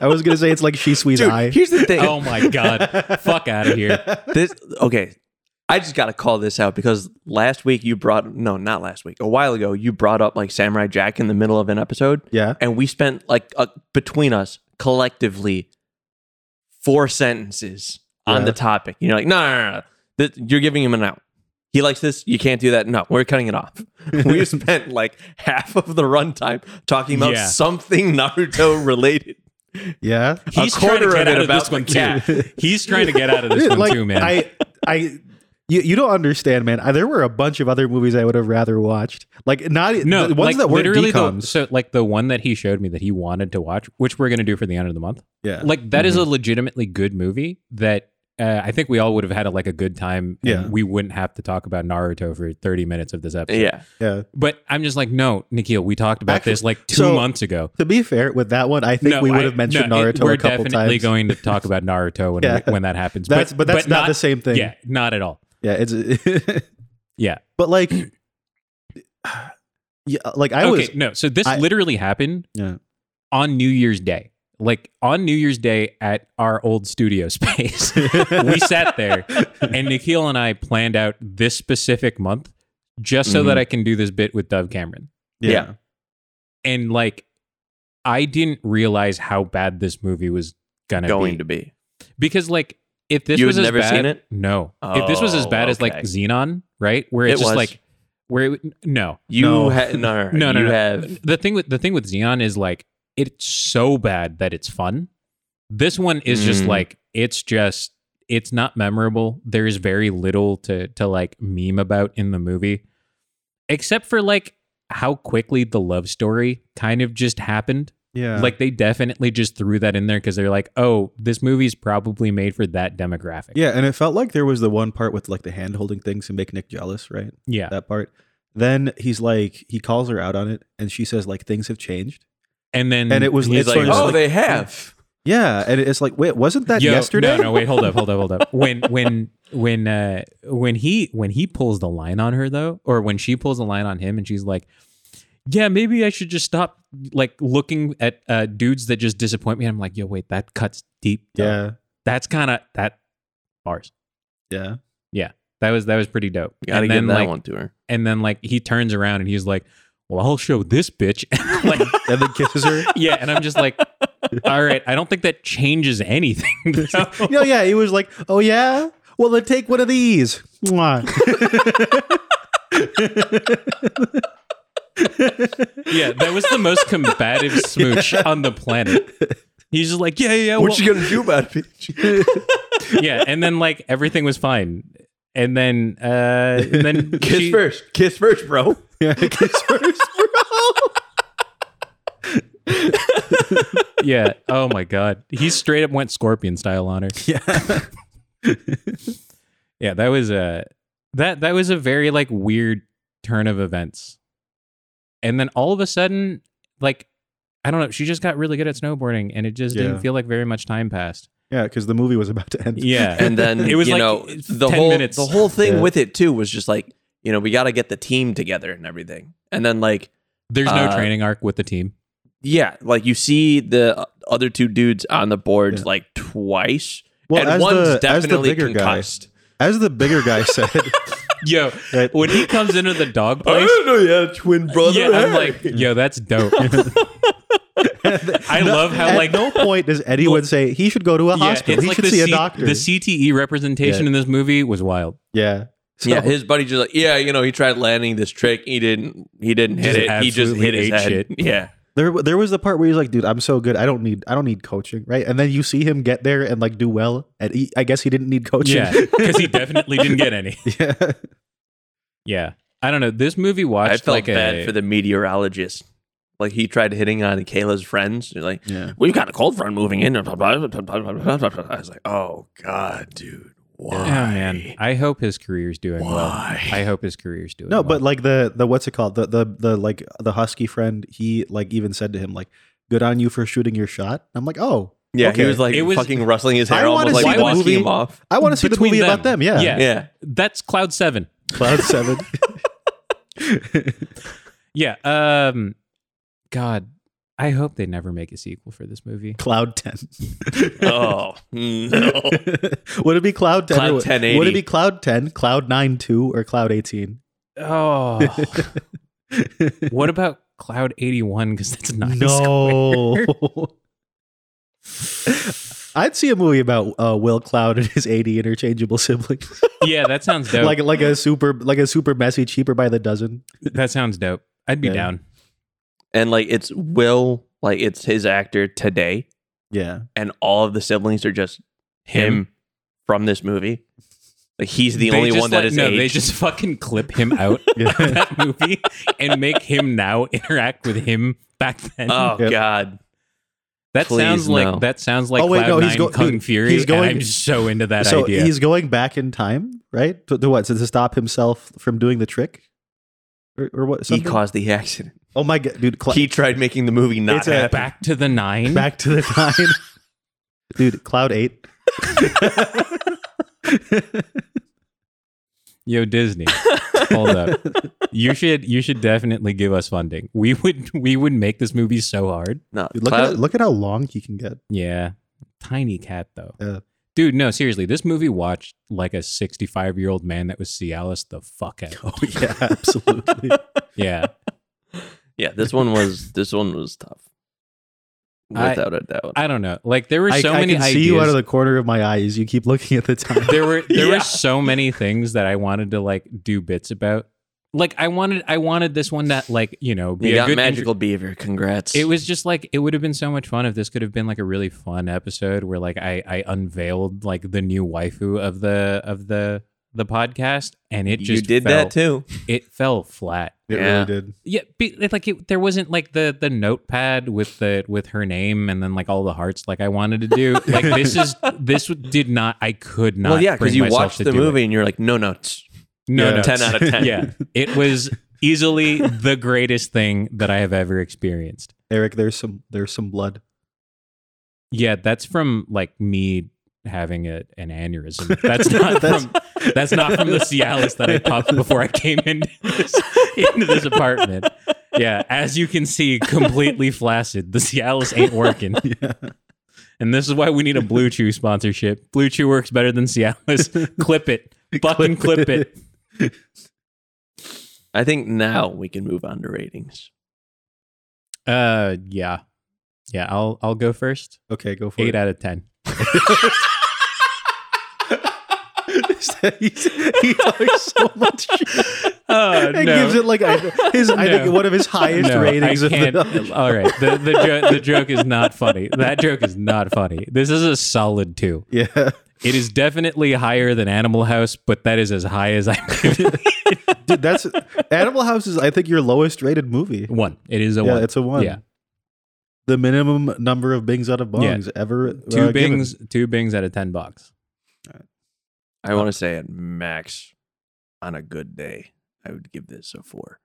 [SPEAKER 3] I was gonna say it's like she squeezed eye.
[SPEAKER 2] here's the thing
[SPEAKER 1] oh my god fuck out of here
[SPEAKER 2] this okay i just gotta call this out because last week you brought no not last week a while ago you brought up like samurai jack in the middle of an episode
[SPEAKER 3] Yeah.
[SPEAKER 2] and we spent like uh, between us collectively four sentences on
[SPEAKER 3] Yeah.
[SPEAKER 2] the topic you're like no no no, no. This, you're giving him an out he likes this you can't do that no we're cutting it off we spent like half of the runtime talking about
[SPEAKER 1] Yeah.
[SPEAKER 2] something naruto related
[SPEAKER 3] Yeah.
[SPEAKER 1] he's
[SPEAKER 2] A
[SPEAKER 1] trying to
[SPEAKER 2] quarter
[SPEAKER 1] get
[SPEAKER 2] of
[SPEAKER 1] out
[SPEAKER 2] it
[SPEAKER 1] of this
[SPEAKER 2] about
[SPEAKER 1] one
[SPEAKER 2] the
[SPEAKER 1] too he's trying to get out of this
[SPEAKER 3] Dude,
[SPEAKER 1] one
[SPEAKER 3] like,
[SPEAKER 1] too man
[SPEAKER 3] I, I, you, you don't understand, man. I, there were a bunch of other movies I would have rather watched. Like not e,
[SPEAKER 1] no
[SPEAKER 3] the ones
[SPEAKER 1] like
[SPEAKER 3] that weren't
[SPEAKER 1] literally the,
[SPEAKER 3] decoms.
[SPEAKER 1] so like the one that he showed me that he wanted to watch which we're gonna do for the end of the month
[SPEAKER 3] yeah.
[SPEAKER 1] like that is
[SPEAKER 3] Mm-hmm.
[SPEAKER 1] a legitimately good movie that uh, I think we all would have had a, like a good time. and
[SPEAKER 3] Yeah.
[SPEAKER 1] we wouldn't have to talk about Naruto for thirty minutes of this episode.
[SPEAKER 2] yeah
[SPEAKER 3] yeah.
[SPEAKER 1] But I'm just like, no, Nikhil, we talked about this
[SPEAKER 3] Actually,
[SPEAKER 1] like two
[SPEAKER 3] so-
[SPEAKER 1] months ago.
[SPEAKER 3] To be fair, with that one, I think
[SPEAKER 1] No,
[SPEAKER 3] we would
[SPEAKER 1] I-
[SPEAKER 3] have mentioned
[SPEAKER 1] no, it-
[SPEAKER 3] Naruto
[SPEAKER 1] we're
[SPEAKER 3] a couple
[SPEAKER 1] definitely
[SPEAKER 3] times.
[SPEAKER 1] going to talk about Naruto when,
[SPEAKER 3] Yeah.
[SPEAKER 1] when that happens.
[SPEAKER 3] that's but, that's not, the same thing.
[SPEAKER 1] Yeah, not at all.
[SPEAKER 3] Yeah, it's
[SPEAKER 1] Yeah.
[SPEAKER 3] But like, yeah, like I
[SPEAKER 1] okay,
[SPEAKER 3] was
[SPEAKER 1] no. So this
[SPEAKER 3] I-
[SPEAKER 1] literally happened
[SPEAKER 3] Yeah.
[SPEAKER 1] on New Year's Day. Like on New Year's Day at our old studio space. we sat there and Nikhil and I planned out this specific month just so
[SPEAKER 2] Mhm.
[SPEAKER 1] that I can do this bit with Dove Cameron.
[SPEAKER 2] Yeah.
[SPEAKER 1] And like I didn't realize how bad this movie was gonna
[SPEAKER 2] going
[SPEAKER 1] be.
[SPEAKER 2] to be
[SPEAKER 1] Because like if this
[SPEAKER 2] You
[SPEAKER 1] was
[SPEAKER 2] had
[SPEAKER 1] as
[SPEAKER 2] never
[SPEAKER 1] bad,
[SPEAKER 2] seen it?
[SPEAKER 1] No. if this was as
[SPEAKER 2] Oh,
[SPEAKER 1] bad as like
[SPEAKER 2] okay.
[SPEAKER 1] Xenon, right? Where it's
[SPEAKER 2] It
[SPEAKER 1] just
[SPEAKER 2] was.
[SPEAKER 1] like where it, would- no.
[SPEAKER 2] you
[SPEAKER 3] No.
[SPEAKER 2] ha- no, no,
[SPEAKER 1] No, no,
[SPEAKER 2] you
[SPEAKER 1] no.
[SPEAKER 2] have
[SPEAKER 1] The thing with the thing with Xenon is like it's so bad that it's fun. This one is just
[SPEAKER 2] Mm.
[SPEAKER 1] like it's just it's not memorable. There is very little to to like meme about in the movie, except for like how quickly the love story kind of just happened.
[SPEAKER 3] yeah,
[SPEAKER 1] Like they definitely just threw that in there because they're like, oh, this movie's probably made for that demographic.
[SPEAKER 3] yeah, and it felt like there was the one part with like the hand holding things to make Nick jealous, right?
[SPEAKER 1] yeah.
[SPEAKER 3] That part. Then he's like, he calls her out on it, and she says like things have changed.
[SPEAKER 1] And then
[SPEAKER 3] And it was-
[SPEAKER 1] he's
[SPEAKER 3] it's
[SPEAKER 1] like,
[SPEAKER 3] sort of just
[SPEAKER 2] oh
[SPEAKER 1] oh,
[SPEAKER 3] like-
[SPEAKER 2] they have
[SPEAKER 3] Yeah, and it's like, wait, wasn't that
[SPEAKER 1] Yo,
[SPEAKER 3] yesterday?
[SPEAKER 1] No, no, wait, hold up, hold up, hold up. When when when uh when he when he pulls the line on her though, or when she pulls the line on him and she's like, Yeah, maybe I should just stop like looking at uh dudes that just disappoint me. I'm like, yo, wait, that cuts deep. though.
[SPEAKER 3] Yeah,
[SPEAKER 1] That's kinda that bars.
[SPEAKER 3] yeah.
[SPEAKER 1] That was that was pretty dope.
[SPEAKER 2] gotta
[SPEAKER 1] and
[SPEAKER 2] give
[SPEAKER 1] then
[SPEAKER 2] that
[SPEAKER 1] like
[SPEAKER 2] one to her
[SPEAKER 1] and then like he turns around and he's like, Well, I'll show this bitch. like
[SPEAKER 3] And then kisses her.
[SPEAKER 1] yeah, and I'm just like, all right, I don't think that changes anything. though.
[SPEAKER 3] no, yeah, he was like, oh yeah, well then take one of these. Mwah.
[SPEAKER 1] Yeah, that was the most combative smooch on the planet. He's just like, yeah, yeah, yeah, well,
[SPEAKER 2] you gonna do about it bitch?
[SPEAKER 1] yeah, and then like everything was fine, and then uh, and then
[SPEAKER 2] kiss
[SPEAKER 1] she-
[SPEAKER 2] first kiss first bro
[SPEAKER 3] yeah, kiss first, bro.
[SPEAKER 1] yeah. Oh my god, he straight up went scorpion style on her.
[SPEAKER 3] Yeah,
[SPEAKER 1] Yeah, that was a that that was a very like weird turn of events, and then all of a sudden, like I don't know, she just got really good at snowboarding, and it just
[SPEAKER 3] Yeah.
[SPEAKER 1] didn't feel like very much time passed.
[SPEAKER 3] Yeah, because the movie was about to end.
[SPEAKER 1] Yeah.
[SPEAKER 2] and then
[SPEAKER 1] It was
[SPEAKER 2] you
[SPEAKER 1] like
[SPEAKER 2] know the
[SPEAKER 1] 10
[SPEAKER 2] whole
[SPEAKER 1] minutes.
[SPEAKER 2] the whole thing
[SPEAKER 3] Yeah.
[SPEAKER 2] with it too was just like you know we got to get the team together and everything and then like
[SPEAKER 1] There's no
[SPEAKER 2] Uh,
[SPEAKER 1] training arc with the team.
[SPEAKER 2] yeah like you see the uh, other two dudes on the boards
[SPEAKER 3] Yeah.
[SPEAKER 2] like twice
[SPEAKER 3] Well,
[SPEAKER 2] and
[SPEAKER 3] as
[SPEAKER 2] one's
[SPEAKER 3] the, as the
[SPEAKER 2] definitely
[SPEAKER 3] bigger
[SPEAKER 2] concussed
[SPEAKER 3] guy, as the bigger guy said,
[SPEAKER 1] Yo,
[SPEAKER 3] right,
[SPEAKER 1] when he comes into the dog place,
[SPEAKER 2] know yeah twin
[SPEAKER 1] yeah, I'm like, yo, that's dope. I love how
[SPEAKER 3] at
[SPEAKER 1] like
[SPEAKER 3] no point does anyone say he should go to a
[SPEAKER 1] yeah,
[SPEAKER 3] hospital.
[SPEAKER 1] it's
[SPEAKER 3] He
[SPEAKER 1] like
[SPEAKER 3] should
[SPEAKER 1] the,
[SPEAKER 3] see a
[SPEAKER 1] C-
[SPEAKER 3] doctor.
[SPEAKER 1] the CTE representation
[SPEAKER 3] Yeah.
[SPEAKER 1] in this movie was wild.
[SPEAKER 3] yeah. So-
[SPEAKER 2] yeah his buddy just like yeah you know he tried landing this trick he didn't he didn't hit
[SPEAKER 1] Just
[SPEAKER 2] it he just
[SPEAKER 1] absolutely
[SPEAKER 2] hit his
[SPEAKER 1] ate
[SPEAKER 2] head
[SPEAKER 1] shit.
[SPEAKER 2] yeah
[SPEAKER 3] There, there was the part where he's like, "Dude, I'm so good. I don't need, I don't need coaching, right?" And then you see him get there and like do well, and he, I guess he didn't need coaching.
[SPEAKER 1] Yeah, because he definitely didn't get any.
[SPEAKER 3] yeah.
[SPEAKER 1] Yeah, I don't know. This movie watched
[SPEAKER 2] I felt
[SPEAKER 1] like
[SPEAKER 2] bad
[SPEAKER 1] a,
[SPEAKER 2] for the meteorologist like he tried hitting on Kayla's friends They're like
[SPEAKER 3] yeah.
[SPEAKER 2] we've got a cold front moving in. I was like, oh God, dude, why?
[SPEAKER 1] Oh man, I hope his career's doing well.
[SPEAKER 2] why?
[SPEAKER 1] I hope his career's doing
[SPEAKER 3] No,
[SPEAKER 1] well.
[SPEAKER 3] but like the the what's it called? The the the like the husky friend. He like even said to him like, "Good on you for shooting your shot." I'm like, "Oh,
[SPEAKER 2] Yeah,
[SPEAKER 3] Okay.
[SPEAKER 2] he was like
[SPEAKER 1] It was-
[SPEAKER 2] fucking rustling his
[SPEAKER 3] I
[SPEAKER 2] hair,
[SPEAKER 3] wanna
[SPEAKER 2] almost
[SPEAKER 1] see
[SPEAKER 2] like
[SPEAKER 1] the
[SPEAKER 2] washing
[SPEAKER 3] movie.
[SPEAKER 2] him off.
[SPEAKER 3] I want to see the
[SPEAKER 1] Between
[SPEAKER 3] movie
[SPEAKER 1] them.
[SPEAKER 3] about them." Yeah,
[SPEAKER 1] Yeah.
[SPEAKER 2] Yeah,
[SPEAKER 1] that's Cloud Seven.
[SPEAKER 3] Cloud Seven.
[SPEAKER 1] Yeah. Um. God, I hope they never make a sequel for this movie.
[SPEAKER 3] Cloud 10.
[SPEAKER 2] oh no,
[SPEAKER 3] would it be Cloud 10?
[SPEAKER 2] Cloud
[SPEAKER 3] or would-
[SPEAKER 2] 1080.
[SPEAKER 3] Would it be Cloud 10, Cloud 9 2, or Cloud 18?
[SPEAKER 1] Oh, what about Cloud Eighty One? Because that's not
[SPEAKER 3] no. I'd see a movie about uh, Will Cloud and his 80 interchangeable siblings.
[SPEAKER 1] Yeah, that sounds dope.
[SPEAKER 3] like like a super like a super messy cheaper by the dozen.
[SPEAKER 1] that sounds dope. I'd be
[SPEAKER 3] Yeah.
[SPEAKER 1] down.
[SPEAKER 2] and like it's Will, like it's his actor today,
[SPEAKER 3] Yeah.
[SPEAKER 2] and all of the siblings are just him, from this movie. Like he's the
[SPEAKER 1] They
[SPEAKER 2] only
[SPEAKER 1] just,
[SPEAKER 2] one that
[SPEAKER 1] like-
[SPEAKER 2] is
[SPEAKER 1] no. They
[SPEAKER 2] aged.
[SPEAKER 1] just fucking clip him out of
[SPEAKER 3] Yeah.
[SPEAKER 1] that movie and make him now interact with him back then.
[SPEAKER 2] oh
[SPEAKER 3] Yep.
[SPEAKER 2] God,
[SPEAKER 1] that
[SPEAKER 2] please,
[SPEAKER 1] sounds like
[SPEAKER 2] no.
[SPEAKER 1] that sounds like
[SPEAKER 3] Oh, wait,
[SPEAKER 1] Cloud
[SPEAKER 3] no,
[SPEAKER 1] Nine
[SPEAKER 3] he's go-
[SPEAKER 1] Kung
[SPEAKER 3] dude,
[SPEAKER 1] Fury.
[SPEAKER 3] he's
[SPEAKER 1] and
[SPEAKER 3] going-
[SPEAKER 1] I'm so into that
[SPEAKER 3] so
[SPEAKER 1] idea.
[SPEAKER 3] he's going back in time, right? To, to what? To, to stop himself from doing the trick? Or, or what?
[SPEAKER 2] he
[SPEAKER 3] Something?
[SPEAKER 2] caused the accident.
[SPEAKER 3] oh my god, dude! Cla-
[SPEAKER 2] he tried making the movie not
[SPEAKER 3] It's a-
[SPEAKER 2] happen.
[SPEAKER 1] back to the nine.
[SPEAKER 3] Back to the nine. Dude, Cloud 8.
[SPEAKER 1] Yo, Disney, hold up. You should you should definitely give us funding. We would we would make this movie so hard.
[SPEAKER 2] No,
[SPEAKER 3] Dude, look,
[SPEAKER 2] Cloud-
[SPEAKER 3] at, look at how long he can get.
[SPEAKER 1] Yeah. Tiny cat though.
[SPEAKER 3] Yeah.
[SPEAKER 1] Dude, no, seriously, this movie watched like a 65 year old man that was Cialis the fuck out.
[SPEAKER 3] Oh, yeah, absolutely.
[SPEAKER 1] Yeah.
[SPEAKER 2] Yeah, this one was this one was tough.
[SPEAKER 1] I-
[SPEAKER 2] Without a doubt.
[SPEAKER 1] I don't know. Like there were
[SPEAKER 3] I,
[SPEAKER 1] so
[SPEAKER 3] I
[SPEAKER 1] many
[SPEAKER 3] can
[SPEAKER 1] ideas.
[SPEAKER 3] see you out of the corner of my eye as you keep looking at the time.
[SPEAKER 1] there were there
[SPEAKER 2] Yeah.
[SPEAKER 1] were so many things that I wanted to like do bits about. Like I wanted I wanted this one that like, you know, be
[SPEAKER 2] you
[SPEAKER 1] a
[SPEAKER 2] got
[SPEAKER 1] good
[SPEAKER 2] magical beaver. Congrats.
[SPEAKER 1] It was just like it would have been so much fun if this could have been like a really fun episode where like I I unveiled like the new waifu of the of the the podcast and it just
[SPEAKER 2] you did
[SPEAKER 1] fell,
[SPEAKER 2] that too.
[SPEAKER 1] It fell flat.
[SPEAKER 3] It
[SPEAKER 2] Yeah.
[SPEAKER 3] really did.
[SPEAKER 1] Yeah, be, it- like it, there wasn't like the the notepad with the with her name and then like all the hearts like I wanted to do. Like this is this did not I could not.
[SPEAKER 2] well, yeah,
[SPEAKER 1] because
[SPEAKER 2] because you watched the movie and you're like, no notes.
[SPEAKER 1] No,
[SPEAKER 3] Yeah.
[SPEAKER 1] no,
[SPEAKER 2] Ten out of ten.
[SPEAKER 1] yeah, it was easily the greatest thing that I have ever experienced.
[SPEAKER 3] Eric, there's some there's some blood.
[SPEAKER 1] Yeah, that's from like me having a, an aneurysm. That's not
[SPEAKER 3] That's-
[SPEAKER 1] from that's not from the Cialis that I popped before I came into this, into this apartment. Yeah, as you can see, completely flaccid. The Cialis ain't working,
[SPEAKER 3] Yeah.
[SPEAKER 1] and this is why we need a Blue Chew sponsorship. Blue Chew works better than Cialis. clip it, fucking clip, it.
[SPEAKER 2] I think now we can move on to ratings.
[SPEAKER 1] Uh, yeah, yeah. I'll I'll go first.
[SPEAKER 3] Okay, go for
[SPEAKER 1] Eight
[SPEAKER 3] it.
[SPEAKER 1] out of ten.
[SPEAKER 3] he's, he talks so much shit.
[SPEAKER 1] Oh
[SPEAKER 3] It gives it like a, his I
[SPEAKER 1] No.
[SPEAKER 3] think one of his highest
[SPEAKER 1] No,
[SPEAKER 3] ratings
[SPEAKER 1] I
[SPEAKER 3] of
[SPEAKER 1] can't.
[SPEAKER 3] the
[SPEAKER 1] all right, the the, jo- the joke is not funny. That joke is not funny. This is a solid two.
[SPEAKER 3] Yeah.
[SPEAKER 1] It is definitely higher than Animal House, but that is as high as I'm giving it.
[SPEAKER 3] Dude, that's Animal House is I think your lowest rated movie.
[SPEAKER 1] one. It is a
[SPEAKER 3] yeah,
[SPEAKER 1] one.
[SPEAKER 3] it's a one.
[SPEAKER 1] Yeah.
[SPEAKER 3] The minimum number of bings out of
[SPEAKER 1] Yeah.
[SPEAKER 3] bongs ever.
[SPEAKER 1] Two
[SPEAKER 3] uh, given.
[SPEAKER 1] bings, two bings out of ten bucks.
[SPEAKER 2] I want to say at max, on a good day, I would give this a four.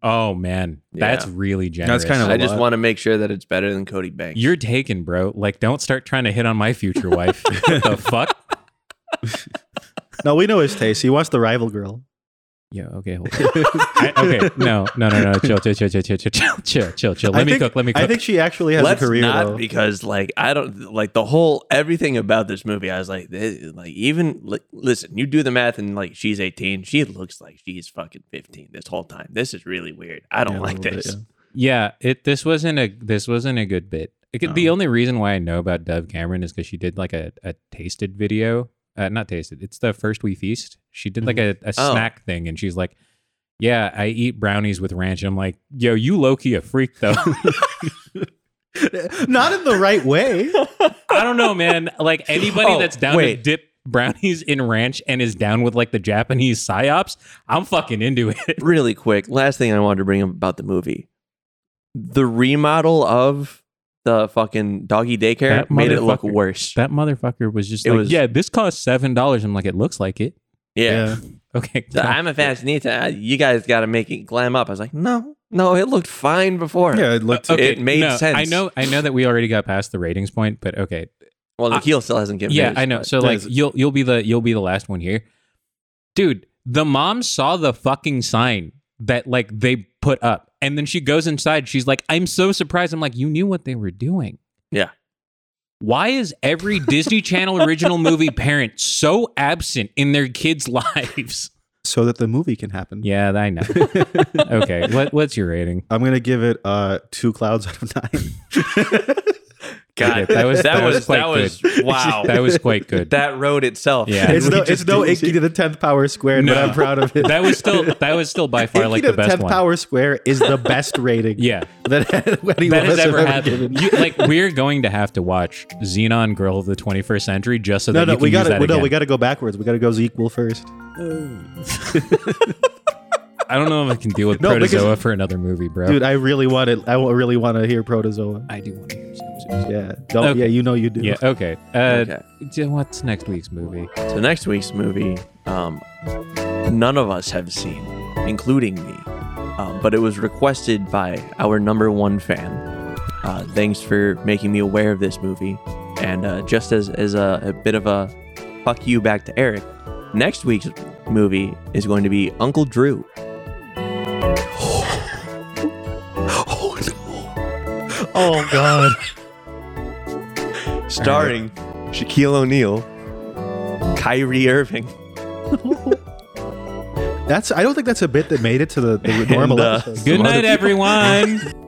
[SPEAKER 1] Oh man, that's
[SPEAKER 2] Yeah.
[SPEAKER 1] really generous.
[SPEAKER 3] kind of
[SPEAKER 2] I
[SPEAKER 3] a
[SPEAKER 2] just
[SPEAKER 3] lot.
[SPEAKER 2] want to make sure that it's better than Cody Banks.
[SPEAKER 1] You're taken, bro. Like, don't start trying to hit on my future wife. what the fuck?
[SPEAKER 3] No, we know his taste. He wants the rival girl.
[SPEAKER 1] Yeah. Okay. Hold on. I- okay. No. No. No. No. Chill. Chill. Chill. Chill. Chill. Chill. Chill. Chill. Chill. chill. Let
[SPEAKER 3] I
[SPEAKER 1] me
[SPEAKER 3] think-
[SPEAKER 1] cook. Let me cook.
[SPEAKER 3] I think she actually has
[SPEAKER 2] Let's
[SPEAKER 3] a career
[SPEAKER 2] not
[SPEAKER 3] though.
[SPEAKER 2] because like I don't like the whole everything about this movie. I was like, eh, like even like listen, you do the math and like she's eighteen, she looks like she's fucking fifteen this whole time. This is really weird. I don't
[SPEAKER 3] Yeah, a
[SPEAKER 2] like
[SPEAKER 3] little bit,
[SPEAKER 2] this.
[SPEAKER 1] yeah. It. This wasn't a. This wasn't a good bit. Like, The
[SPEAKER 3] No.
[SPEAKER 1] only reason why I know about Dove Cameron is because she did like a, a tasted video. Uh, not tasted. It's the first we feast. She did like a, a
[SPEAKER 2] Oh.
[SPEAKER 1] snack thing, and she's like, "Yeah, I eat brownies with ranch." I'm like, "Yo, you Loki a freak though."
[SPEAKER 3] yeah. not in the right way.
[SPEAKER 1] I don't know, man. Like anybody
[SPEAKER 2] Oh,
[SPEAKER 1] that's down to
[SPEAKER 2] wait.
[SPEAKER 1] dip brownies in ranch and is down with like the Japanese psyops, I'm fucking into it.
[SPEAKER 2] really quick, last thing I wanted to bring up about the movie, the remodel of the fucking doggy daycare
[SPEAKER 1] That
[SPEAKER 2] made it look
[SPEAKER 1] motherfucker.
[SPEAKER 2] worse.
[SPEAKER 1] That motherfucker was just
[SPEAKER 2] It
[SPEAKER 1] like,
[SPEAKER 2] was-
[SPEAKER 1] yeah, this cost seven dollars. I'm like, it looks like it.
[SPEAKER 2] yeah.
[SPEAKER 1] Okay,
[SPEAKER 2] So I'm a fashionista. You guys got to make it glam up. I was like, no, no, it looked fine before.
[SPEAKER 3] yeah, it
[SPEAKER 1] Uh,
[SPEAKER 3] looked.
[SPEAKER 2] Okay. it made
[SPEAKER 1] no,
[SPEAKER 2] sense.
[SPEAKER 1] I know, I know that we already got past the ratings point, but okay,
[SPEAKER 2] Well, the
[SPEAKER 1] I-
[SPEAKER 2] heel still hasn't given.
[SPEAKER 1] yeah,
[SPEAKER 2] his,
[SPEAKER 1] I know.
[SPEAKER 2] but-
[SPEAKER 1] So
[SPEAKER 3] that
[SPEAKER 1] like,
[SPEAKER 3] is-
[SPEAKER 1] you'll you'll be the you'll be the last one here, dude. The mom saw the fucking sign that like they put up, and then she goes inside. She's like, "I'm so surprised." I'm like, "You knew what they were doing."
[SPEAKER 2] Yeah.
[SPEAKER 1] Why is every Disney Channel original movie parent so absent in their kids' lives?
[SPEAKER 3] so that the movie can happen.
[SPEAKER 1] Yeah, I know. okay, what what's your rating?
[SPEAKER 3] I'm gonna give it uh two clouds out of nine.
[SPEAKER 2] God,
[SPEAKER 1] That was-
[SPEAKER 2] that
[SPEAKER 1] that was
[SPEAKER 2] was
[SPEAKER 1] quite
[SPEAKER 2] that was wow.
[SPEAKER 1] That was quite good.
[SPEAKER 2] that road itself.
[SPEAKER 1] Yeah.
[SPEAKER 3] it's
[SPEAKER 2] We
[SPEAKER 3] no,
[SPEAKER 2] just
[SPEAKER 3] it's no
[SPEAKER 2] didn't see-
[SPEAKER 3] Icky to the tenth power squared,
[SPEAKER 1] No.
[SPEAKER 3] but I'm proud of it.
[SPEAKER 1] That was still that was still by far
[SPEAKER 3] Icky
[SPEAKER 1] like
[SPEAKER 3] to
[SPEAKER 1] the best
[SPEAKER 3] tenth
[SPEAKER 1] one.
[SPEAKER 3] power square is the best rating.
[SPEAKER 1] Yeah.
[SPEAKER 3] that any
[SPEAKER 1] that
[SPEAKER 3] of
[SPEAKER 1] has
[SPEAKER 3] us have
[SPEAKER 1] ever
[SPEAKER 3] ever
[SPEAKER 1] happened. You,
[SPEAKER 3] given.
[SPEAKER 1] like we're going to have to watch Xenon Girl of the 21st Century just so
[SPEAKER 3] No,
[SPEAKER 1] that
[SPEAKER 3] no,
[SPEAKER 1] you can
[SPEAKER 3] we
[SPEAKER 1] use
[SPEAKER 3] got
[SPEAKER 1] that
[SPEAKER 3] to no,
[SPEAKER 1] again.
[SPEAKER 3] we got to go backwards. We got to go Zequel first.
[SPEAKER 1] I don't know if I can deal with
[SPEAKER 3] No, because-
[SPEAKER 1] Protozoa for another movie, bro.
[SPEAKER 3] Dude, I really want to. I wa- really want to hear Protozoa.
[SPEAKER 1] I do want to hear some.
[SPEAKER 3] Yeah, don't.
[SPEAKER 1] Okay.
[SPEAKER 3] Yeah, you know you do.
[SPEAKER 1] Yeah. Okay. Uh,
[SPEAKER 2] Okay.
[SPEAKER 1] d- What's next week's movie?
[SPEAKER 2] So next week's movie, um, none of us have seen, including me, um, but it was requested by our number one fan. Uh, thanks for making me aware of this movie, and uh, just as as a, a bit of a fuck you back to Eric, next week's movie is going to be Uncle Drew.
[SPEAKER 3] Oh no! Oh god!
[SPEAKER 2] starring Shaquille O'Neal, Kyrie Irving,
[SPEAKER 3] That's. I don't think that's a bit that made it to the, the normal
[SPEAKER 2] uh,
[SPEAKER 3] episode.
[SPEAKER 1] Good
[SPEAKER 2] other
[SPEAKER 1] night,
[SPEAKER 2] people.
[SPEAKER 1] everyone.